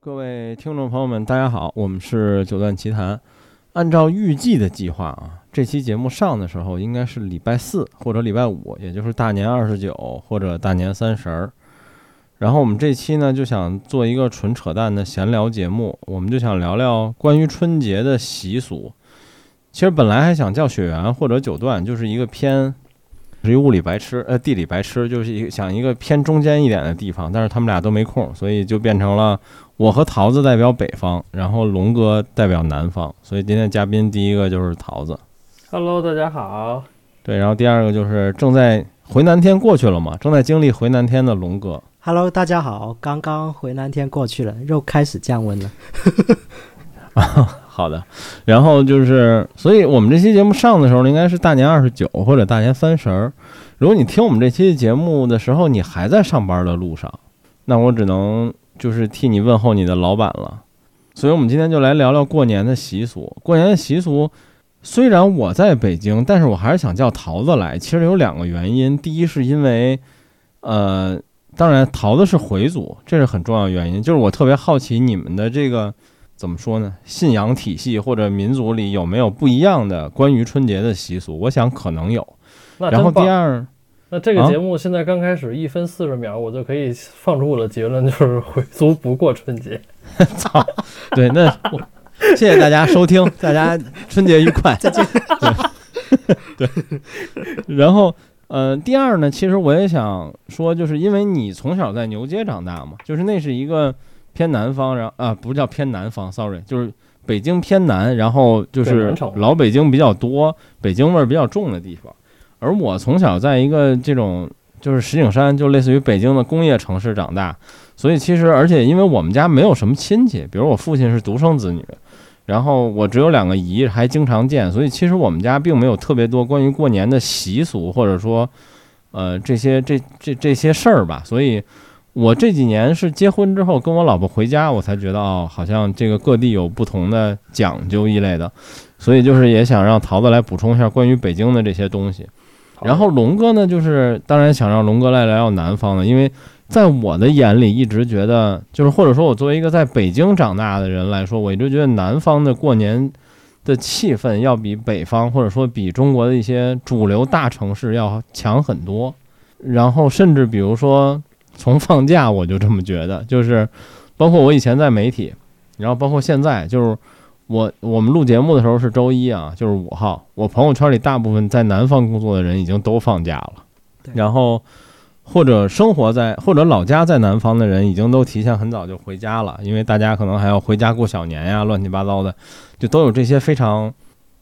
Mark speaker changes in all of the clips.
Speaker 1: 各位听众朋友们，大家好，我们是九段奇谈。按照预计的计划啊，这期节目上的时候应该是礼拜四或者礼拜五，也就是大年二十九或者大年三十儿。然后我们这期呢，就想做一个纯扯淡的闲聊节目，我们就想聊聊关于春节的习俗。其实本来还想叫雪原或者九段，就是一个偏是一物理白痴，呃，地理白痴，就是一个想一个偏中间一点的地方，但是他们俩都没空，所以就变成了我和桃子代表北方，然后龙哥代表南方，所以今天嘉宾第一个就是桃子，
Speaker 2: Hello，大家好。
Speaker 1: 对，然后第二个就是正在回南天过去了嘛，正在经历回南天的龙哥，
Speaker 3: Hello，大家好，刚刚回南天过去了，又开始降温了。
Speaker 1: 好的，然后就是，所以我们这期节目上的时候应该是大年二十九或者大年三十儿。如果你听我们这期节目的时候，你还在上班的路上，那我只能就是替你问候你的老板了。所以，我们今天就来聊聊过年的习俗。过年的习俗，虽然我在北京，但是我还是想叫桃子来。其实有两个原因，第一是因为，呃，当然桃子是回族，这是很重要的原因。就是我特别好奇你们的这个。怎么说呢？信仰体系或者民族里有没有不一样的关于春节的习俗？我想可能有。
Speaker 2: 那
Speaker 1: 然后
Speaker 2: 真
Speaker 1: 第
Speaker 2: 棒。
Speaker 1: 二，
Speaker 2: 那这
Speaker 1: 啊
Speaker 2: 个节目现在刚开始一分四十秒，我就可以放出我的结论，就是回族不过春节。
Speaker 1: 操，对，那我 谢谢大家收听，大家春节愉快，再见。 对，对然后。呃，第二呢，其实我也想说，就是因为你从小在牛街长大嘛，就是那是一个偏南方，然后啊，不是叫偏南方，sorry，就是北京偏南，然后就
Speaker 2: 对
Speaker 1: 是
Speaker 2: 南城
Speaker 1: 老北京比较多，北京味儿比较重的地方。而我从小在一个这种就是石景山，就类似于北京的工业城市长大，所以其实，而且因为我们家没有什么亲戚，比如我父亲是独生子女，然后我只有两个姨，还经常见，所以其实我们家并没有特别多关于过年的习俗，或者说，呃，这些这这这些事儿吧。所以，我这几年是结婚之后跟我老婆回家，我才觉得哦，好像这个各地有不同的讲究一类的，所以就是也想让桃子来补充一下关于北京的这些东西。然后龙哥呢，就是当然想让龙哥来聊聊南方的，因为在我的眼里一直觉得，就是或者说我作为一个在北京长大的人来说，我一直觉得南方的过年的气氛要比北方或者说比中国的一些主流大城市要强很多。然后甚至比如说从放假我就这么觉得，就是包括我以前在媒体，然后包括现在就是。我我们录节目的时候是周一啊，就是五号。我朋友圈里大部分在南方工作的人已经都放假了，
Speaker 3: 对
Speaker 1: 然后或者生活在或者老家在南方的人已经都提前很早就回家了，因为大家可能还要回家过小年呀，乱七八糟的，就都有这些非常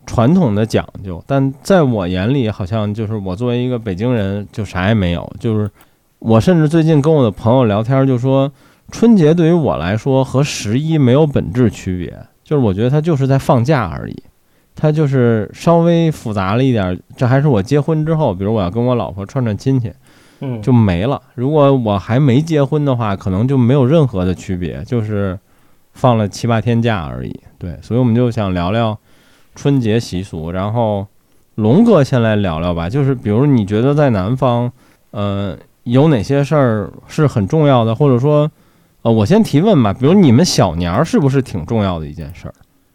Speaker 1: 传统的讲究。但在我眼里，好像就是我作为一个北京人，就啥也没有。就是我甚至最近跟我的朋友聊天，就说春节对于我来说和十一没有本质区别，就是我觉得它就是在放假而已。它就是稍微复杂了一点儿，这还是我结婚之后，比如我要跟我老婆串串亲戚，
Speaker 2: 嗯，
Speaker 1: 就没了。如果我还没结婚的话，可能就没有任何的区别，就是放了七八天假而已。对，所以我们就想聊聊春节习俗，然后龙哥先来聊聊吧。就是比如你觉得在南方，呃，有哪些事儿是很重要的，或者说，呃，我先提问吧。比如你们小年儿是不是挺重要的一件事儿？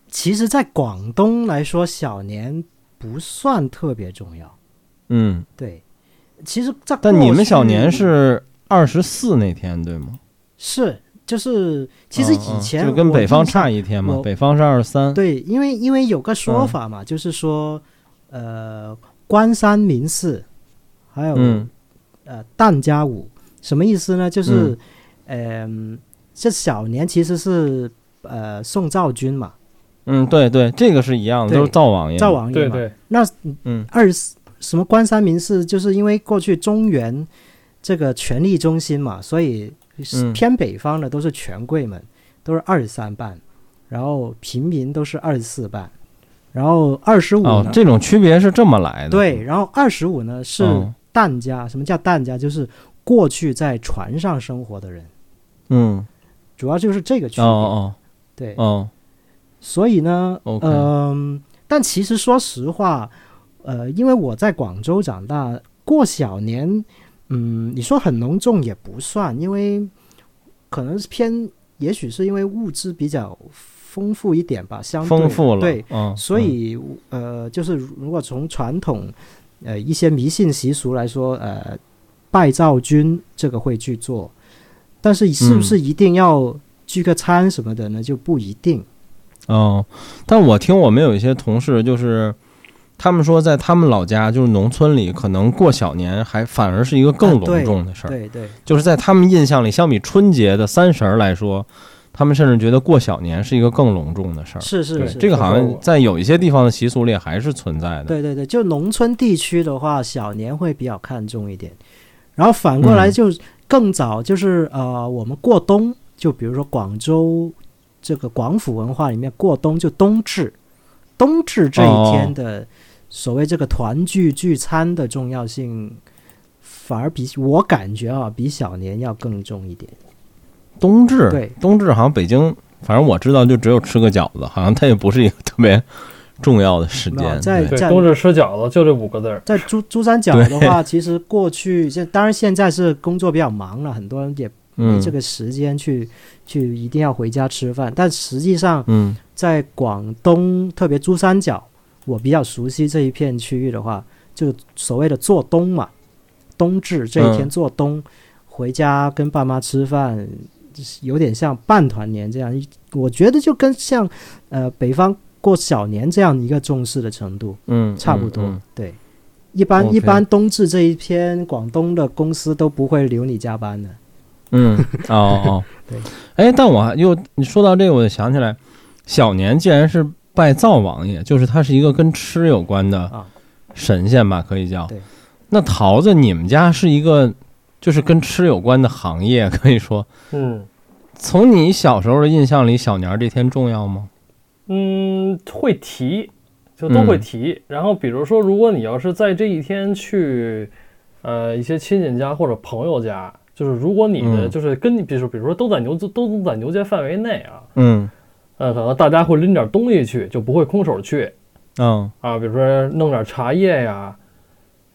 Speaker 3: 其实，在广东来说，小年不算特别重要。
Speaker 1: 嗯，
Speaker 3: 对，其实在
Speaker 1: 但
Speaker 3: 过
Speaker 1: 你们小
Speaker 3: 去
Speaker 1: 年是二十四那天对吗？
Speaker 3: 是就是，其实
Speaker 1: 嗯嗯
Speaker 3: 以前、
Speaker 1: 就跟北方差一天嘛，
Speaker 3: 我
Speaker 1: 北方是二十三。
Speaker 3: 对，因为因为有个说
Speaker 1: 嗯
Speaker 3: 法嘛，就是说，呃，关山名士，还有、
Speaker 1: 嗯
Speaker 3: 呃疍家舞，什么意思呢？就是，
Speaker 1: 嗯
Speaker 3: 呃，这小年其实是呃宋赵君嘛，
Speaker 1: 嗯，对对，这个是一样的，
Speaker 3: 对
Speaker 1: 都是灶王爷。
Speaker 3: 赵王爷
Speaker 2: 对
Speaker 3: 嘛。
Speaker 2: 对，
Speaker 3: 那
Speaker 1: 嗯
Speaker 3: 二十什么关山名士，就是因为过去中原这个权力中心嘛，所以
Speaker 1: 嗯
Speaker 3: 偏北方的都是权贵们，都是二十三半，然后平民都是二十四半，然后二十五呢、
Speaker 1: 哦，这种区别是这么来的。嗯
Speaker 3: 对，然后二十五呢是
Speaker 1: 哦
Speaker 3: 疍家，什么叫疍家？就是过去在船上生活的人，
Speaker 1: 嗯，
Speaker 3: 主要就是这个区
Speaker 1: 哦哦
Speaker 3: 别。对，
Speaker 1: 哦哦，
Speaker 3: 所以呢，嗯、
Speaker 1: OK
Speaker 3: 但其实说实话，呃，因为我在广州长大，过小年，嗯，你说很隆重也不算，因为可能是偏也许是因为物资比较丰富一点吧，相对
Speaker 1: 丰富了，
Speaker 3: 对，
Speaker 1: 嗯，
Speaker 3: 所以呃，就是如果从传统呃一些迷信习俗来说，呃，拜灶君这个会去做，但是是不
Speaker 1: 嗯
Speaker 3: 是一定要聚个餐什么的呢？就不一定。
Speaker 1: 嗯哦，但我听我们有一些同事就是。他们说，在他们老家，就是农村里，可能过小年还反而是一个更
Speaker 3: 啊
Speaker 1: 隆
Speaker 3: 对
Speaker 1: 重的事儿。
Speaker 3: 对对
Speaker 1: 就是在他们印象里，相比春节的三十儿来说，他们甚至觉得过小年是一个更隆重的事儿。
Speaker 3: 是
Speaker 2: 对
Speaker 3: 是
Speaker 1: 啊
Speaker 3: 是，
Speaker 1: 这个好
Speaker 2: 这个
Speaker 1: 像
Speaker 2: 我
Speaker 1: 在有一些地方的习俗里还是存在的。
Speaker 3: 对对对，就农村地区的话，小年会比较看重一点。然后反过来
Speaker 1: 嗯
Speaker 3: 就更早，就是、呃，我们过冬，就比如说广州这个广府文化里面过冬就冬至，冬至这一天
Speaker 1: 哦
Speaker 3: 的所谓这个团聚聚餐的重要性，反而比我感觉啊，比小年要更重一点。
Speaker 1: 冬至，
Speaker 3: 对
Speaker 1: 冬至好像北京，反正我知道就只有吃个饺子，好像它也不是一个特别重要的时
Speaker 3: 那
Speaker 1: 间。
Speaker 3: 在
Speaker 1: 对
Speaker 2: 对，
Speaker 3: 在
Speaker 2: 冬至吃饺子就这五个字儿。
Speaker 3: 在珠珠三角的话，其实过去现当然现在是工作比较忙了，很多人也
Speaker 1: 嗯，
Speaker 3: 这个时间去去一定要回家吃饭。但实际上，
Speaker 1: 嗯
Speaker 3: 在广东，特别珠三角，我比较熟悉这一片区域的话，就所谓的做冬嘛，冬至这一天
Speaker 1: 嗯
Speaker 3: 做冬，回家跟爸妈吃饭，就是有点像半团年这样。一我觉得就跟像呃北方过小年这样一个重视的程度
Speaker 1: 嗯，
Speaker 3: 差不多。
Speaker 1: 嗯嗯
Speaker 3: 对，一般一
Speaker 1: OK
Speaker 3: 般冬至这一天，广东的公司都不会留你加班的。
Speaker 1: 嗯，哦哦，
Speaker 3: 对。
Speaker 1: 哎，但我还又你说到这个，我就想起来，小年既然是拜灶王爷，就是它是一个跟吃有关的
Speaker 3: 啊
Speaker 1: 神仙吧，可以叫。
Speaker 3: 对。
Speaker 1: 那桃子，你们家是一个就是跟吃有关的行业，可以说，
Speaker 2: 嗯
Speaker 1: 从你小时候的印象里，小年儿这天重要吗？
Speaker 2: 嗯，会提，就都会
Speaker 1: 嗯
Speaker 2: 提。然后比如说，如果你要是在这一天去，呃，一些亲戚家或者朋友家，就是如果你的
Speaker 1: 嗯
Speaker 2: 就是跟你，比如说比如说都在牛都在牛街范围内啊，
Speaker 1: 嗯
Speaker 2: 呃，可能大家会拎点东西去，就不会空手去。
Speaker 1: 嗯
Speaker 2: 啊，比如说弄点茶叶呀，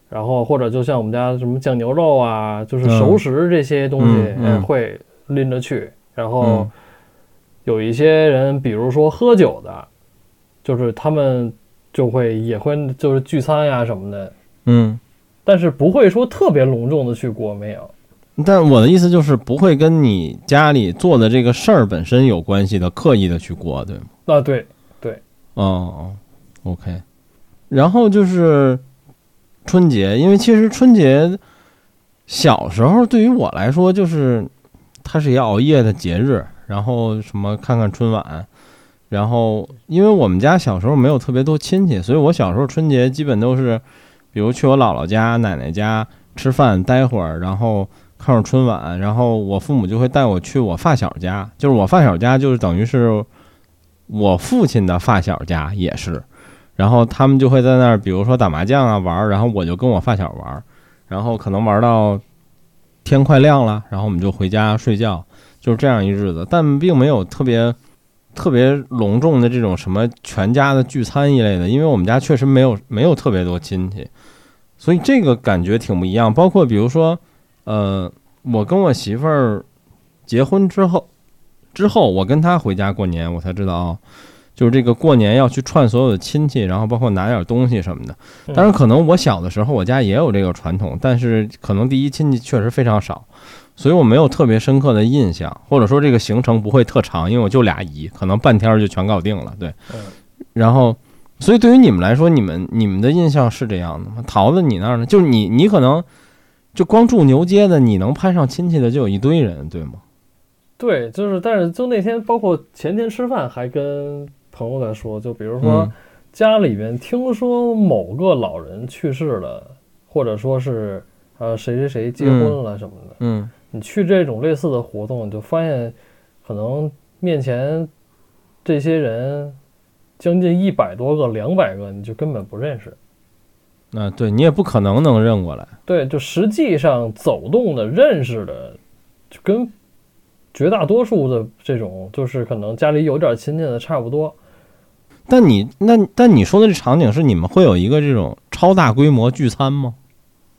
Speaker 2: 然后或者就像我们家什么酱牛肉啊，就是
Speaker 1: 嗯
Speaker 2: 熟食这些东西，
Speaker 1: 嗯嗯
Speaker 2: 呃会拎着去。然后
Speaker 1: 嗯
Speaker 2: 有一些人，比如说喝酒的，就是他们就会也会就是聚餐呀什么的，
Speaker 1: 嗯。
Speaker 2: 但是不会说特别隆重的去过，没有。
Speaker 1: 但我的意思就是，不会跟你家里做的这个事儿本身有关系的，刻意的去过，对吗？
Speaker 2: 啊，对，
Speaker 1: 哦哦，OK。然后就是春节，因为其实春节小时候对于我来说，就是它是一个熬夜的节日，然后什么看看春晚，然后因为我们家小时候没有特别多亲戚，所以我小时候春节基本都是，比如去我姥姥家、奶奶家吃饭待会儿，然后。看会儿春晚，然后我父母就会带我去我发小家，就是我发小家，就是等于是我父亲的发小家也是，然后他们就会在那儿，比如说打麻将啊玩儿，然后我就跟我发小玩儿，然后可能玩到天快亮了，然后我们就回家睡觉，就是这样一日子，但并没有特别特别隆重的这种什么全家的聚餐一类的，因为我们家确实没有没有特别多亲戚，所以这个感觉挺不一样。包括比如说，呃，我跟我媳妇儿结婚之后，之后我跟她回家过年，我才知道哦，就是这个过年要去串所有的亲戚，然后包括拿点东西什么的。
Speaker 2: 嗯
Speaker 1: 当然，可能我小的时候我家也有这个传统，但是可能第一亲戚确实非常少，所以我没有特别深刻的印象，或者说这个行程不会特长，因为我就俩姨，可能半天儿就全搞定了。对，
Speaker 2: 嗯
Speaker 1: 然后。所以对于你们来说，你们你们的印象是这样的吗？桃子，你那儿呢？就是你你可能就光住牛街的，你能攀上亲戚的就有一堆人，对吗？
Speaker 2: 对，就是，但是就那天，包括前天吃饭，还跟朋友在说，就比如说。
Speaker 1: 嗯
Speaker 2: 家里边听说某个老人去世了，或者说是呃谁谁谁结婚了什么的，
Speaker 1: 嗯
Speaker 2: 你去这种类似的活动，你就发现可能面前这些人将近一百多个、两百个，你就根本不认识。
Speaker 1: 那、对你也不可能能认过来。
Speaker 2: 对，就实际上走动的、认识的，就跟绝大多数的这种，就是可能家里有点亲戚的差不多。
Speaker 1: 但你那但你说的这场景是你们会有一个这种超大规模聚餐吗？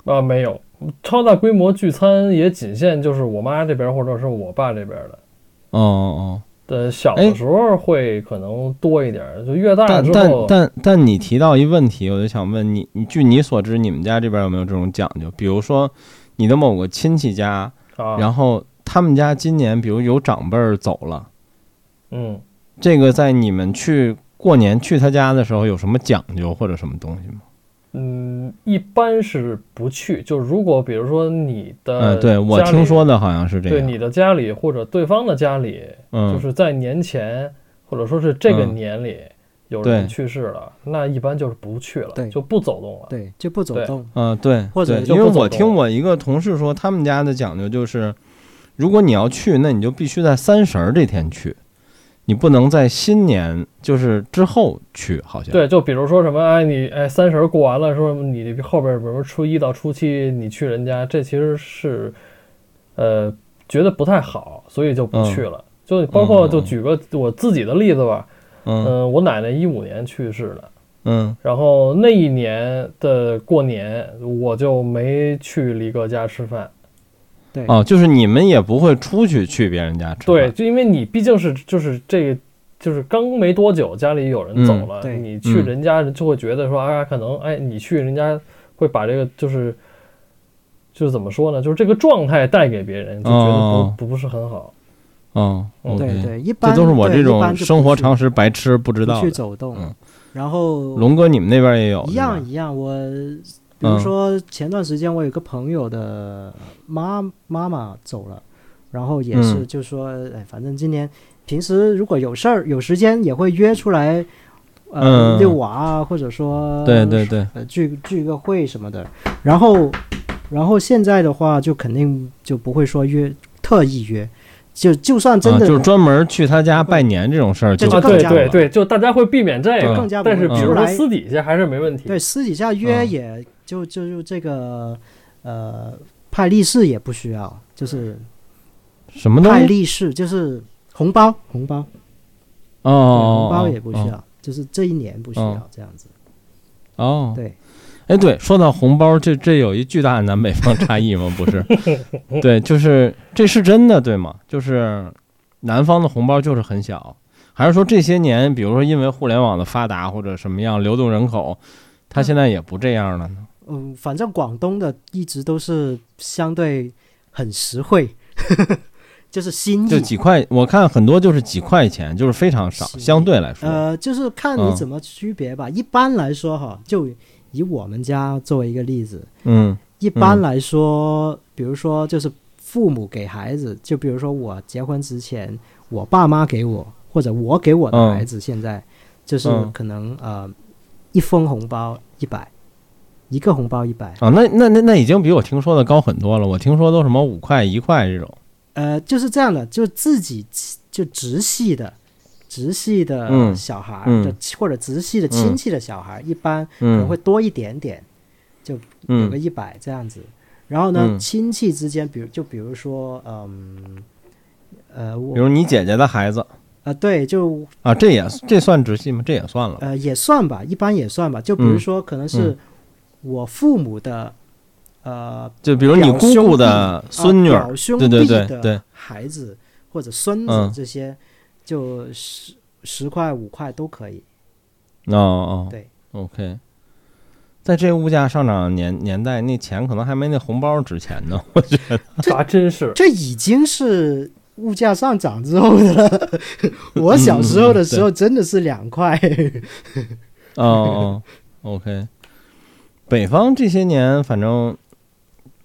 Speaker 2: 啊，没有，超大规模聚餐也仅限就是我妈这边或者是我爸这边的。
Speaker 1: 哦哦，
Speaker 2: 呃，小
Speaker 1: 哎
Speaker 2: 的时候会可能多一点儿，就越大
Speaker 1: 但
Speaker 2: 之
Speaker 1: 但
Speaker 2: 后，
Speaker 1: 但但你提到一问题，我就想问你，你据你所知，你们家这边有没有这种讲究？比如说你的某个亲戚家，
Speaker 2: 啊，
Speaker 1: 然后他们家今年比如有长辈儿走了，
Speaker 2: 嗯，
Speaker 1: 这个在你们去过年去他家的时候有什么讲究或者什么东西吗？
Speaker 2: 嗯，一般是不去。就如果比如说你的
Speaker 1: 嗯，
Speaker 2: 呃家里，
Speaker 1: 对我听说的好像是这
Speaker 2: 对
Speaker 1: 样。
Speaker 2: 你的家里或者对方的家里，
Speaker 1: 嗯，
Speaker 2: 就是在年前或者说是这个
Speaker 1: 嗯
Speaker 2: 年里有
Speaker 1: 对
Speaker 2: 人去世了，那一般就是不去了
Speaker 3: 对，
Speaker 2: 就不走动了。
Speaker 3: 对，就不走
Speaker 2: 对
Speaker 3: 动。
Speaker 1: 嗯，对，
Speaker 3: 或者
Speaker 1: 对
Speaker 3: 就
Speaker 1: 因为
Speaker 2: 不走
Speaker 1: 我
Speaker 2: 动
Speaker 1: 听我一个同事说，他们家的讲究就是，如果你要去，那你就必须在三十儿这天去，你不能在新年就是之后去，好像。
Speaker 2: 对，就比如说什么，哎，你哎三十儿过完了，说你后边儿比如说初一到初七你去人家，这其实是，呃，觉得不太好，所以就不
Speaker 1: 嗯
Speaker 2: 去了。就包括
Speaker 1: 嗯
Speaker 2: 就
Speaker 1: 嗯嗯
Speaker 2: 举个我自己的例子吧，嗯、
Speaker 1: 嗯
Speaker 2: 我奶奶一五年去世的，
Speaker 1: 嗯
Speaker 2: 然后那一年的过年我就没去离哥家吃饭，
Speaker 3: 对，
Speaker 1: 哦，就是你们也不会出去去别人家吃
Speaker 2: 对，
Speaker 1: 饭。
Speaker 2: 就因为你毕竟是就是这个。就是刚没多久，家里有人走
Speaker 1: 嗯
Speaker 2: 了，
Speaker 3: 对嗯
Speaker 2: 你去
Speaker 1: 嗯
Speaker 2: 人家就会觉得说，啊，可能哎，你去人家会把这个就是就是怎么说呢，就是这个状态带给别人，就觉得不、
Speaker 1: 哦
Speaker 2: 不是很好。
Speaker 1: 哦
Speaker 2: 嗯
Speaker 1: ，OK，
Speaker 3: 对对，一般
Speaker 1: 这都是我
Speaker 3: 对
Speaker 1: 这
Speaker 3: 一般
Speaker 1: 种
Speaker 3: 就不
Speaker 1: 生活
Speaker 3: 去
Speaker 1: 常识白痴不知
Speaker 3: 不
Speaker 1: 道
Speaker 3: 去
Speaker 1: 的。
Speaker 3: 走动，
Speaker 1: 嗯
Speaker 3: 然后
Speaker 1: 龙哥，你们那边也有
Speaker 3: 一
Speaker 1: 是吧
Speaker 3: 样一样，我比如
Speaker 1: 嗯
Speaker 3: 说前段时间我有个朋友的妈妈妈走了，然后也是
Speaker 1: 嗯
Speaker 3: 就说，哎，反正今年平时如果有事儿有时间也会约出来，呃，
Speaker 1: 嗯
Speaker 3: 遛娃啊，或者说
Speaker 1: 对对对，
Speaker 3: 呃聚聚个会什么的。然后，然后现在的话就肯定就不会说约特意约，就就算真
Speaker 1: 啊，
Speaker 3: 的、
Speaker 1: 就是专门去他家拜年这种事儿
Speaker 3: 这
Speaker 1: 就
Speaker 3: 就
Speaker 2: 啊，
Speaker 3: 更
Speaker 2: 对
Speaker 3: 加
Speaker 2: 对
Speaker 3: 了
Speaker 2: 对，就大家会避免这
Speaker 1: 就
Speaker 2: 个，
Speaker 1: 更
Speaker 3: 加不
Speaker 2: 但是
Speaker 1: 会
Speaker 2: 比
Speaker 1: 出
Speaker 2: 如说
Speaker 3: 来
Speaker 2: 私底下还是没问题。
Speaker 3: 对私底下约
Speaker 1: 嗯
Speaker 3: 也就就就这个呃派利是也不需要，就是
Speaker 1: 什么东
Speaker 3: 派
Speaker 1: 西
Speaker 3: 利是就是红包红包
Speaker 1: 哦
Speaker 3: 对
Speaker 1: 哦哦
Speaker 3: 红，包也不需。
Speaker 1: 哦
Speaker 3: 要，就是这一年不需要
Speaker 1: 嗯
Speaker 3: 这样子，
Speaker 1: 哦，
Speaker 3: 对
Speaker 1: 哎，对，说到红包，这这有一巨大的南北方差异吗？不是，对，就是这是真的，对吗？就是南方的红包就是很小，还是说这些年，比如说因为互联网的发达或者什么样流动人口，它现在也不这样了呢？
Speaker 3: 嗯，反正广东的一直都是相对很实惠， 就是心
Speaker 1: 就
Speaker 3: 意。
Speaker 1: 几块，我看很多就是几块钱，就是非常少，
Speaker 3: 嗯是
Speaker 1: 相对来说，
Speaker 3: 呃，就是看你
Speaker 1: 嗯
Speaker 3: 怎么区别吧。一般来说哈，就以我们家作为一个例子，
Speaker 1: 嗯
Speaker 3: 一般
Speaker 1: 嗯
Speaker 3: 来说，比如说就是父母给孩子，就比如说我结婚之前，我爸妈给我，或者我给我的
Speaker 1: 嗯
Speaker 3: 孩子，现在、就是
Speaker 1: 嗯
Speaker 3: 可能呃，一封红包一百，一个红包一百，
Speaker 1: 啊，那那那那已经比我听说的高很多了，我听说都什么五块一块这种，
Speaker 3: 呃，就是这样的，就自己就直系的。直系的
Speaker 1: 嗯
Speaker 3: 小孩儿
Speaker 1: 嗯
Speaker 3: 的、或者直系的亲戚的小孩儿，一般可能
Speaker 1: 嗯
Speaker 3: 会多一点点，有个
Speaker 1: 嗯
Speaker 3: 一百这样子。然后呢，
Speaker 1: 嗯
Speaker 3: 亲戚之间，比如就比如说，嗯，呃，我
Speaker 1: 比如你姐姐的孩子
Speaker 3: 啊，对，就
Speaker 1: 啊，这也这算直系吗？这也算了吧，
Speaker 3: 呃也算吧，一般也算吧。就比如说，可能是
Speaker 1: 嗯
Speaker 3: 我父母的，呃，
Speaker 1: 就比如你
Speaker 3: 表
Speaker 1: 姑
Speaker 3: 兄
Speaker 1: 姑
Speaker 3: 弟
Speaker 1: 的
Speaker 3: 啊
Speaker 1: 孙女儿
Speaker 3: 表兄
Speaker 1: 对
Speaker 3: 弟
Speaker 1: 对对对
Speaker 3: 的孩子或者孙子
Speaker 1: 嗯
Speaker 3: 这些，就十十块五块都可以。
Speaker 1: 哦哦，
Speaker 3: 对
Speaker 1: ，OK，在这物价上涨年年代，那钱可能还没那红包值钱呢。
Speaker 2: 还真是，
Speaker 3: 这已经是物价上涨之后的了。 我小时候的
Speaker 1: 嗯
Speaker 3: 时候真的是两块。
Speaker 1: 哦哦，OK，北方这些年反正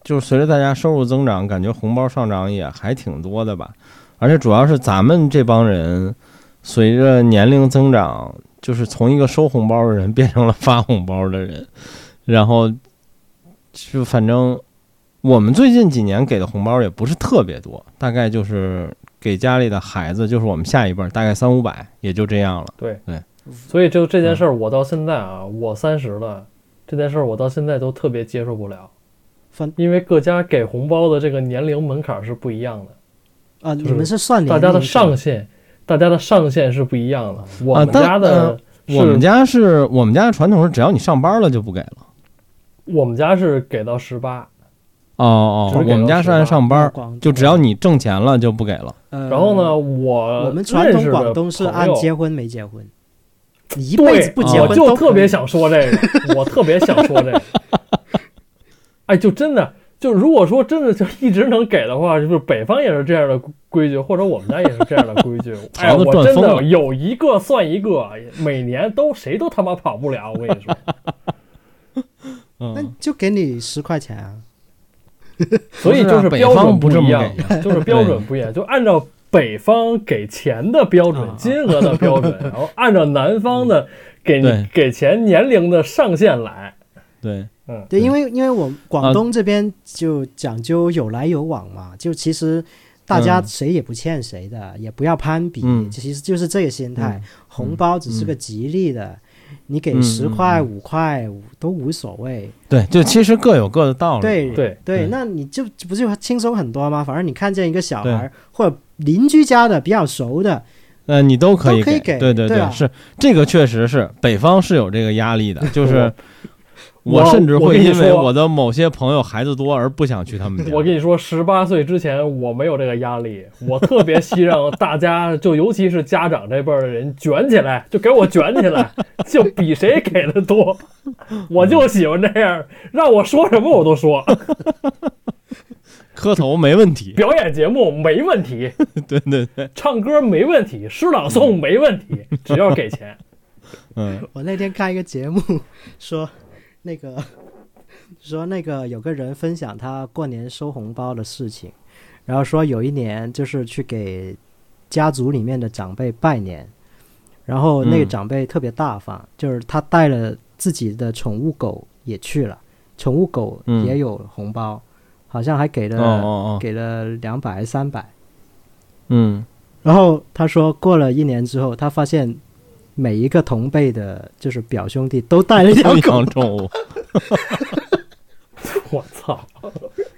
Speaker 1: 就是随着大家收入增长，感觉红包上涨也还挺多的吧。而且主要是咱们这帮人随着年龄增长，就是从一个收红包的人变成了发红包的人，然后就反正我们最近几年给的红包也不是特别多，大概就是给家里的孩子，就是我们下一辈儿大概三五百，也就这样了。
Speaker 2: 所以就这件事儿，我到现在啊，我三十了，这件事儿我到现在都特别接受不了
Speaker 3: 反。
Speaker 2: 因为各家给红包的这个年龄门槛是不一样的，
Speaker 3: 啊，
Speaker 2: 是
Speaker 3: 你们是算
Speaker 2: 大
Speaker 3: 年
Speaker 2: 家的
Speaker 3: 龄是
Speaker 2: 上
Speaker 3: 吧
Speaker 2: 限，大家的上限是不一样的。我
Speaker 3: 啊
Speaker 2: 们
Speaker 1: 但
Speaker 2: 家
Speaker 3: 呃
Speaker 2: 的是，
Speaker 1: 我们家是我们家的传统是，只要你上班了就不给了。
Speaker 2: 我们家是给到十八，
Speaker 1: 哦哦，
Speaker 2: 只给
Speaker 1: 我们家是嗯按上班儿，
Speaker 3: 广
Speaker 1: 就只要你挣钱了就不给了。
Speaker 3: 呃
Speaker 2: 然后呢，我
Speaker 3: 我们传
Speaker 2: 认
Speaker 3: 统
Speaker 2: 识
Speaker 3: 广
Speaker 2: 的
Speaker 3: 东是
Speaker 2: 朋
Speaker 3: 按
Speaker 2: 友
Speaker 3: 结婚没结婚，你一
Speaker 2: 对
Speaker 3: 辈子不结
Speaker 1: 啊
Speaker 3: 婚
Speaker 2: 我
Speaker 3: 都
Speaker 2: 就
Speaker 3: 可
Speaker 2: 特别
Speaker 3: 以
Speaker 2: 想说这个，我特别想说这个。 哎，就真的，就如果说真的就一直能给的话，就是北方也是这样的规矩，或者我们家也是这样的规 矩。哎，
Speaker 1: 桃子
Speaker 2: 我
Speaker 1: 赚
Speaker 2: 真
Speaker 1: 疯
Speaker 2: 的
Speaker 1: 了
Speaker 2: 有一个算一个，每年都谁都他妈跑不了。我跟你说，
Speaker 3: 那
Speaker 1: 嗯，
Speaker 3: 就给你十块钱啊。
Speaker 2: 所以就是
Speaker 1: 不是啊
Speaker 2: 标
Speaker 1: 北
Speaker 2: 准
Speaker 1: 方不这
Speaker 2: 一
Speaker 1: 么
Speaker 2: 样， 就是标准不一样，就按照北方给钱的标准
Speaker 3: 啊、
Speaker 2: 金额的标准，然后按照南方的给你
Speaker 1: 嗯对
Speaker 2: 给钱年龄的上限来。
Speaker 1: 对，
Speaker 2: 嗯，
Speaker 1: 对
Speaker 3: 对，因为因为我广
Speaker 1: 啊
Speaker 3: 东这边就讲究有来有往嘛，就其实大家
Speaker 1: 嗯
Speaker 3: 谁也不欠谁的，也不要攀比，
Speaker 1: 嗯
Speaker 3: 其实就是这个心态。
Speaker 2: 嗯
Speaker 3: 红包只是个吉利的，你给
Speaker 1: 嗯
Speaker 3: 十块、
Speaker 1: 嗯
Speaker 3: 五块五都无所谓。
Speaker 1: 对，就其实各有各的道理。
Speaker 3: 嗯对
Speaker 2: 对
Speaker 3: 对，
Speaker 1: 对
Speaker 3: 那你就不就轻松很多吗？反正你看见一个小孩儿或者邻居家的比较熟的，
Speaker 1: 呃，你都可以
Speaker 3: 都可以给
Speaker 1: 对对
Speaker 3: 对啊
Speaker 1: 是这个确实是北方是有这个压 力的，就是
Speaker 2: 我
Speaker 1: 我甚至
Speaker 2: 我
Speaker 1: 会
Speaker 2: 跟你
Speaker 1: 因为
Speaker 2: 说
Speaker 1: 我的某些朋友孩子多而不想去他们家。
Speaker 2: 我跟你说，十八岁之前我没有这个压力，我特别希望大家，就尤其是家长这辈儿的人卷起来，就给我卷起来，就比谁给的多。我就喜欢这样，让我说什么我都说，
Speaker 1: 磕头没问题，
Speaker 2: 表演节目没问题，
Speaker 1: 对对 对，
Speaker 2: 唱歌没问题，诗朗诵没问题，只要给 钱。
Speaker 1: 嗯
Speaker 3: 我那天看一个节目， 说那个 说那个有个人分享他过年收红包的事情，然后说有一年就是去给家族里面的长辈拜年，然后那个
Speaker 1: 嗯
Speaker 3: 长辈特别大方，就是他带了自己的宠物狗也去了，宠物狗
Speaker 1: 嗯
Speaker 3: 也有红包，好像还给了、
Speaker 1: 哦哦哦，
Speaker 3: 给了两百三百。
Speaker 1: 嗯
Speaker 3: 然后他说，过了一年之后，他发现每一个同辈的，就是表兄弟都带了一条
Speaker 1: 都
Speaker 3: 狗
Speaker 1: 养。宠物。
Speaker 2: 我操！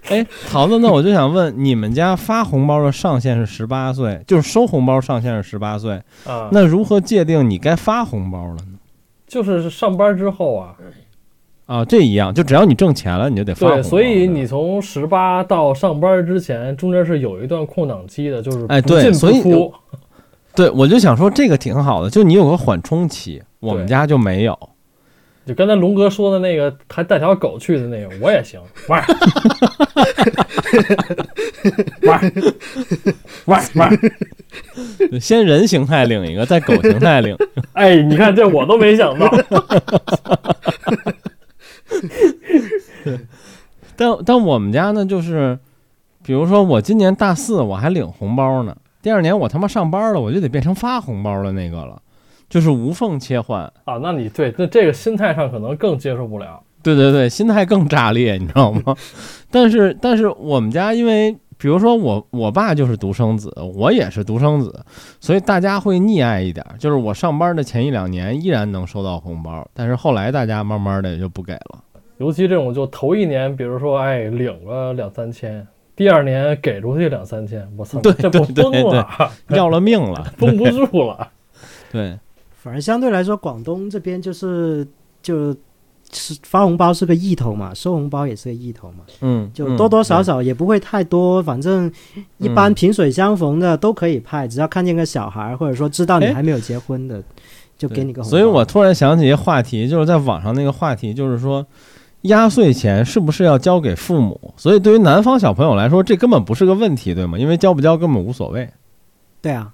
Speaker 1: 哎，桃子，那我就想问，你们家发红包的上限是十八岁，就是收红包上限是十八岁，
Speaker 2: 啊，
Speaker 1: 那如何界定你该发红包了呢？
Speaker 2: 就是上班之后啊，
Speaker 1: 啊，这一样，就只要你挣钱了，你就得发红包。
Speaker 2: 对，所以
Speaker 1: 吧
Speaker 2: 你从十八到上班之前，中间是有一段空档期的，就是
Speaker 1: 哎
Speaker 2: 不
Speaker 1: 对
Speaker 2: 进
Speaker 1: 所以
Speaker 2: 不出。
Speaker 1: 对我就想说这个挺好的，就你有个缓冲期，我们家就没 有。
Speaker 2: 就刚才龙哥说的那个，还带条狗去的那个，我也行。 玩儿，玩儿，玩儿，玩儿。
Speaker 1: 先人形态领一个，再狗形态 领。
Speaker 2: 哎，你看这我都没 想到。
Speaker 1: 但但我们家呢，就是比如说我今年大四，我还领红包呢，第二年我他妈上班了，我就得变成发红包的那个了，就是无缝切换。
Speaker 2: 啊，那你对那这个心态上可能更接受不了。
Speaker 1: 对对对，心态更炸裂，你知道吗？ 但是但是我们家因为。比如说我我爸就是独生子，我也是独生子，所以大家会溺爱一点儿。就是我上班的前一两年依然能收到红包，但是后来大家慢慢的就不给 了。
Speaker 2: 尤其这种就头一年，比如说哎领个两三千，第二年给出去两三千，我操，
Speaker 1: 对
Speaker 2: 这不
Speaker 1: 对对
Speaker 2: 崩了，
Speaker 1: 要了命 了。
Speaker 2: 绷不住了。
Speaker 1: 对，
Speaker 3: 反正相对来说，广东这边就是就是发红包是个意头嘛，收红包也是个意头嘛，
Speaker 1: 嗯，
Speaker 3: 就多多少
Speaker 1: 嗯，
Speaker 3: 少也不会太多，反正一般
Speaker 1: 嗯
Speaker 3: 萍水相逢的都可以派，只要看见个小孩儿，或者说知道你
Speaker 1: 哎
Speaker 3: 还没有结婚的，就
Speaker 1: 对
Speaker 3: 给你个红包。
Speaker 1: 所以我突然想起一个话题，就是在网上那个话题，就是说压岁钱是不是要交给父母？所以对于南方小朋友来说，这根本不是个问题，对吗？因为交不交根本无所谓。
Speaker 3: 对啊，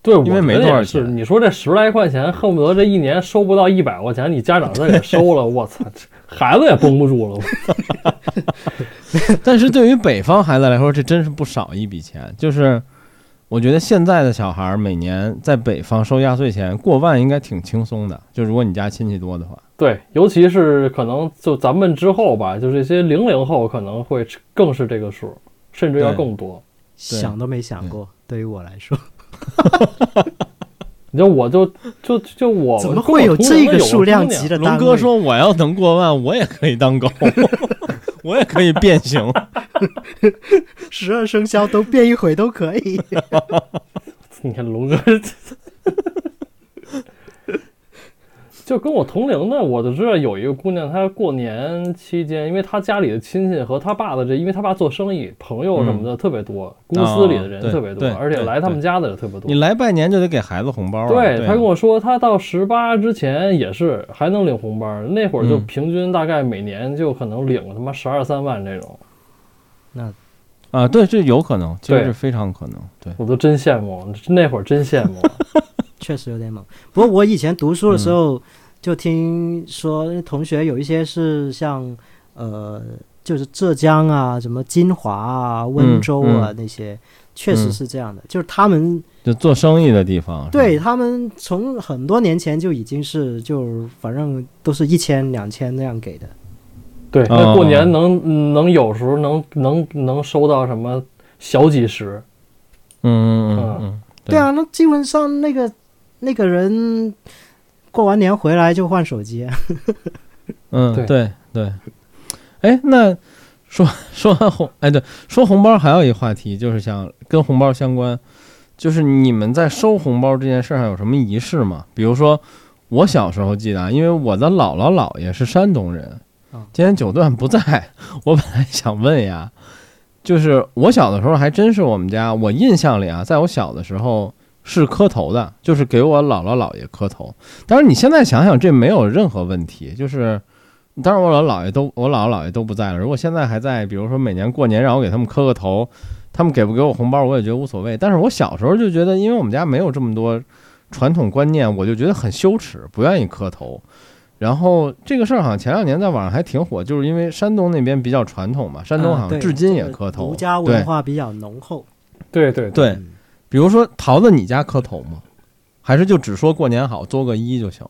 Speaker 2: 对，
Speaker 1: 因为
Speaker 2: 我
Speaker 1: 没
Speaker 2: 觉得
Speaker 1: 多少
Speaker 2: 也是
Speaker 1: 钱
Speaker 2: 你说这十来块钱，恨不得这一年收不到一百块钱，你家长再给收了，我操，这孩子也绷不住了。
Speaker 1: 但是对于北方孩子来说，这真是不少一笔钱。就是我觉得现在的小孩儿每年在北方收压岁钱过万，应该挺轻松的。就如果你家亲戚多的话，
Speaker 2: 对，尤其是可能就咱们之后吧，就这些零零后可能会更是这个数，甚至要
Speaker 1: 对
Speaker 2: 更多。
Speaker 3: 想都没想过，对于我来说，
Speaker 2: 你就我就就就我
Speaker 3: 怎么会有这个数量级
Speaker 2: 的？
Speaker 3: 的
Speaker 1: 龙
Speaker 3: 单位？
Speaker 1: 哥说我要能过万，我也可以当狗， 我也可以变形。
Speaker 3: 十二生肖都变一回都可以。
Speaker 2: 你看龙哥，就跟我同龄的，我就知道有一个姑娘，她过年期间，因为她家里的亲戚和她爸的这，因为她爸做生意，朋友什么的特别多，公司里的人
Speaker 1: 嗯哦对
Speaker 2: 特别多
Speaker 1: 对，
Speaker 2: 而且
Speaker 1: 对
Speaker 2: 来他们
Speaker 1: 对
Speaker 2: 家的也特别多
Speaker 1: 你。来拜年就得给孩子红包啊。
Speaker 2: 对
Speaker 1: 对
Speaker 2: 他跟我说，他到十八之前也是还能领红包，那会儿就
Speaker 1: 嗯
Speaker 2: 平均大概每年就可能领他妈十二三万这种，
Speaker 1: 啊，对，这有可能，其实
Speaker 2: 对
Speaker 1: 是非常可能。对，
Speaker 2: 我都真羡慕，那会儿真羡慕。
Speaker 3: 确实有点猛。不过我以前读书的时候，就听说同学有一些是像呃，就是浙江啊、什么金华啊、温州
Speaker 1: 嗯
Speaker 3: 啊、那些，确实是这样的。就是他们
Speaker 1: 就做生意的地方。
Speaker 3: 对，他们从很多年前就已经是就反正都是一千两千那样给的。
Speaker 2: 对，
Speaker 1: 哦
Speaker 2: 那过年能嗯能有时候能能能收到什么小几十，
Speaker 1: 嗯嗯嗯对
Speaker 3: 对啊，那基本上那个那个人过完年回来就换手机啊。
Speaker 1: 嗯嗯，
Speaker 2: 对
Speaker 1: 对对。哎，那说说完红，哎，对，说红包还有一话题，就是想跟红包相关，就是你们在收红包这件事上有什么仪式吗？比如说，我小时候记得啊，因为我的姥姥姥爷是山东人
Speaker 3: 哦，
Speaker 1: 今天九段不在， 我本来想问呀，就是我小的时候还真是我们家，我印象里啊，在我小的时候是磕头的，就是给我姥姥姥爷磕头。当然你现在想想，这没有任何问题，就是。当然，我姥姥姥爷都我姥姥姥爷都不在了。如果现在还在，比如说每年过年让我给他们磕个头，他们给不给我红包，我也觉得无所谓。但是我小时候就觉得，因为我们家没有这么多传统观念，我就觉得很羞耻，不愿意磕头。然后这个事儿好像前两年在网上还挺火，就是因为山东那边比较传统嘛，山东好像
Speaker 3: 对
Speaker 1: 至今也
Speaker 3: 这个
Speaker 1: 磕头。
Speaker 3: 儒家
Speaker 1: 对
Speaker 3: 文化比较浓厚。
Speaker 2: 对对对，
Speaker 1: 对，比如说桃子，你家磕头吗？还是就只说过年好，作个揖就行？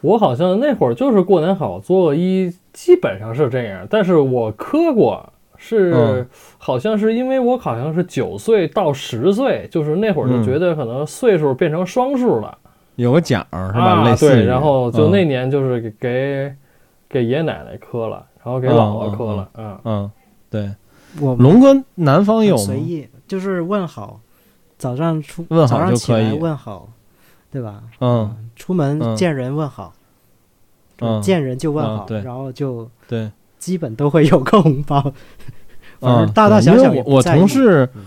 Speaker 2: 我好像那会儿就是过年好做个揖，基本上是这样。但是我磕过，是、
Speaker 1: 嗯
Speaker 2: 好像是因为我好像是九岁到十岁，就是那会儿就
Speaker 1: 嗯
Speaker 2: 觉得可能岁数变成双数了，
Speaker 1: 有个奖儿是吧？
Speaker 2: 啊，
Speaker 1: 类似于
Speaker 2: 对，然后就那
Speaker 1: 嗯
Speaker 2: 年就是给、给给爷爷奶奶磕了，然后给
Speaker 1: 嗯
Speaker 2: 姥姥
Speaker 1: 嗯
Speaker 2: 磕了，嗯，
Speaker 1: 嗯，对，
Speaker 3: 我们
Speaker 1: 龙哥南方有
Speaker 3: 很
Speaker 1: 吗
Speaker 3: 随？意，就是问好，早上出
Speaker 1: 问好
Speaker 3: 早上
Speaker 1: 就
Speaker 3: 起
Speaker 1: 可
Speaker 3: 来
Speaker 1: 以
Speaker 3: 问好，对吧？啊
Speaker 1: 嗯，
Speaker 3: 出门
Speaker 1: 嗯
Speaker 3: 见人问好，
Speaker 1: 嗯
Speaker 3: 见人就问
Speaker 1: 嗯
Speaker 3: 好，
Speaker 1: 对
Speaker 3: 然后就
Speaker 1: 对，
Speaker 3: 基本都会有个红包， 反
Speaker 1: 嗯
Speaker 3: 正，大大
Speaker 1: 对
Speaker 3: 小
Speaker 1: 因为
Speaker 3: 小也
Speaker 1: 我我
Speaker 3: 不在意
Speaker 1: 同事
Speaker 3: 嗯，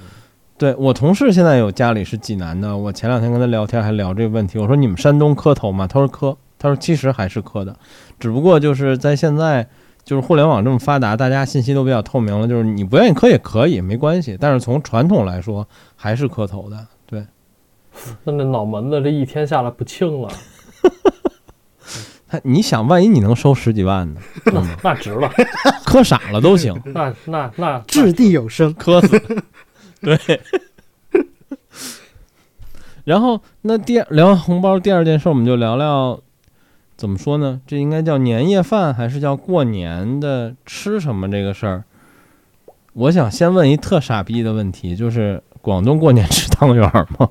Speaker 1: 对我同事现在有家里是济南的，我前两天跟他聊天还聊这个问题，我说你们山东磕头吗？他说磕，他说其实还是磕的，只不过就是在现在就是互联网这么发达，大家信息都比较透明了，就是你不愿意磕也可以，没关系，但是从传统来说还是磕头的，对。
Speaker 2: 那那脑门子这一天下来不轻了，
Speaker 1: 他你想，万一你能收十几万呢？
Speaker 2: 那那值了，
Speaker 1: 磕傻了都行，
Speaker 2: 那那那
Speaker 3: 掷地有声。
Speaker 1: 磕死。对。 然后，那第二聊完红包，第二件事我们就聊聊，怎么说呢？这应该叫年夜饭，还是叫过年的吃什么这个事儿？我想先问一特傻逼的问题，就是广东过年吃汤圆儿吗？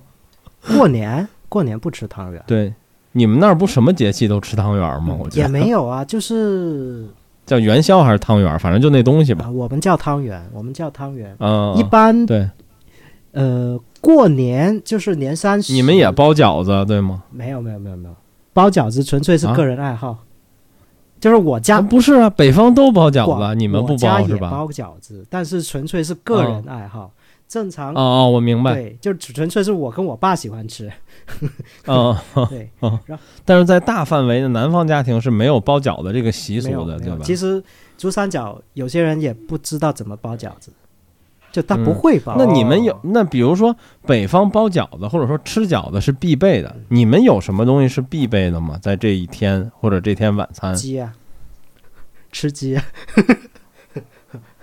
Speaker 3: 过年过年不吃汤圆，
Speaker 1: 对，你们那儿不什么节气都吃汤圆儿吗？我觉
Speaker 3: 也
Speaker 1: 得
Speaker 3: 没有啊，就是
Speaker 1: 叫元宵还是汤圆儿，反正就那东西吧
Speaker 3: 啊，。我们叫汤圆，我们叫汤圆。
Speaker 1: 嗯，
Speaker 3: 一般
Speaker 1: 对，
Speaker 3: 呃，过年就是年三十，
Speaker 1: 你们也包饺子对吗？
Speaker 3: 没有没有没有没有包饺子，纯粹是
Speaker 1: 啊
Speaker 3: 个人爱好，就是我家
Speaker 1: 啊不是啊，北方都包饺
Speaker 3: 广
Speaker 1: 子，你们
Speaker 3: 我
Speaker 1: 不
Speaker 3: 家
Speaker 1: 包是
Speaker 3: 也
Speaker 1: 吧？
Speaker 3: 包饺子，但是纯粹是个人爱好，正常、
Speaker 1: 哦哦，我明白。哦
Speaker 3: 对，就纯粹是我跟我爸喜欢吃，
Speaker 1: 嗯，
Speaker 3: 对，
Speaker 1: 但是在大范围的南方家庭是没有包饺子这个习
Speaker 3: 没有
Speaker 1: 俗的，
Speaker 3: 没
Speaker 1: 对
Speaker 3: 有。
Speaker 1: 吧？
Speaker 3: 其实珠三角有些人也不知道怎么包饺子，就他
Speaker 1: 嗯
Speaker 3: 不会包。
Speaker 1: 那你们有那比如说北方包饺子或者说吃饺子是必备的，你们有什么东西是必备的吗？在这一天或者这天晚餐
Speaker 3: 鸡啊，吃鸡啊，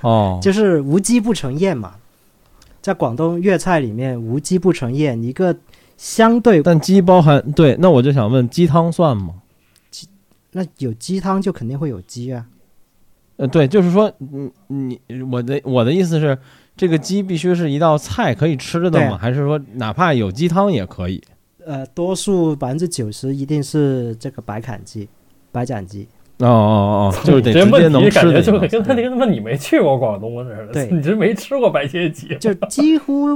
Speaker 1: 哦，
Speaker 3: 就是无鸡不成宴嘛。在广东粤菜里面，无鸡不成宴，一个相对
Speaker 1: 但鸡包含对，那我就想问鸡汤算吗？
Speaker 3: 那有鸡汤就肯定会有鸡啊。
Speaker 1: 呃，对，就是说，嗯，你我的我的意思是，这个鸡必须是一道菜可以吃的
Speaker 3: 对
Speaker 1: 吗？还是说哪怕有鸡汤也可以？
Speaker 3: 呃，多数百分之九十一定是这个白砍鸡、白斩鸡，
Speaker 1: 哦哦 哦，就是得
Speaker 2: 这
Speaker 1: 直接
Speaker 2: 问
Speaker 1: 能
Speaker 2: 题
Speaker 1: 吃
Speaker 2: 感
Speaker 1: 的
Speaker 2: 觉
Speaker 1: 地
Speaker 2: 就
Speaker 1: 方。
Speaker 2: 跟他那个他妈你没去过广东似的，
Speaker 3: 对
Speaker 2: 你这没吃过白切鸡。
Speaker 3: 就几乎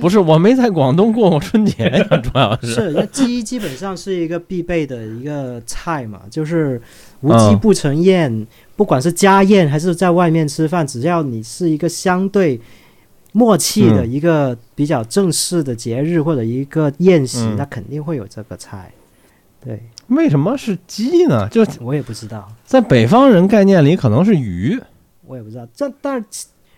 Speaker 1: 不是我没在广东过过春节呀，主要是。
Speaker 3: 是，那鸡基本上是一个必备的一个菜嘛，就是无鸡
Speaker 1: 嗯
Speaker 3: 不成宴，不管是家宴还是在外面吃饭，只要你是一个相对默契的
Speaker 1: 嗯
Speaker 3: 一个比较正式的节日或者一个宴席，
Speaker 1: 嗯
Speaker 3: 那肯定会有这个菜。对
Speaker 1: 为什么是鸡呢？就
Speaker 3: 我也不知道，
Speaker 1: 在北方人概念里，可能是鱼，
Speaker 3: 我也不知道，这但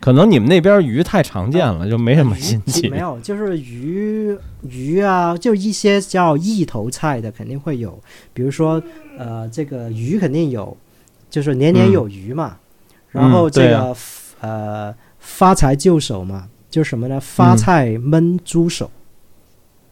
Speaker 1: 可能你们那边鱼太常见了，就没什么哎新奇。
Speaker 3: 嗯没有，就是鱼鱼啊，就一些叫意头菜的肯定会有，比如说呃，这个鱼肯定有，就是年年
Speaker 1: 嗯
Speaker 3: 有余嘛。然
Speaker 1: 嗯
Speaker 3: 后这
Speaker 1: 对
Speaker 3: 个、
Speaker 1: 啊
Speaker 3: 呃发财就手嘛，就是什么呢？发
Speaker 1: 嗯
Speaker 3: 菜焖猪手，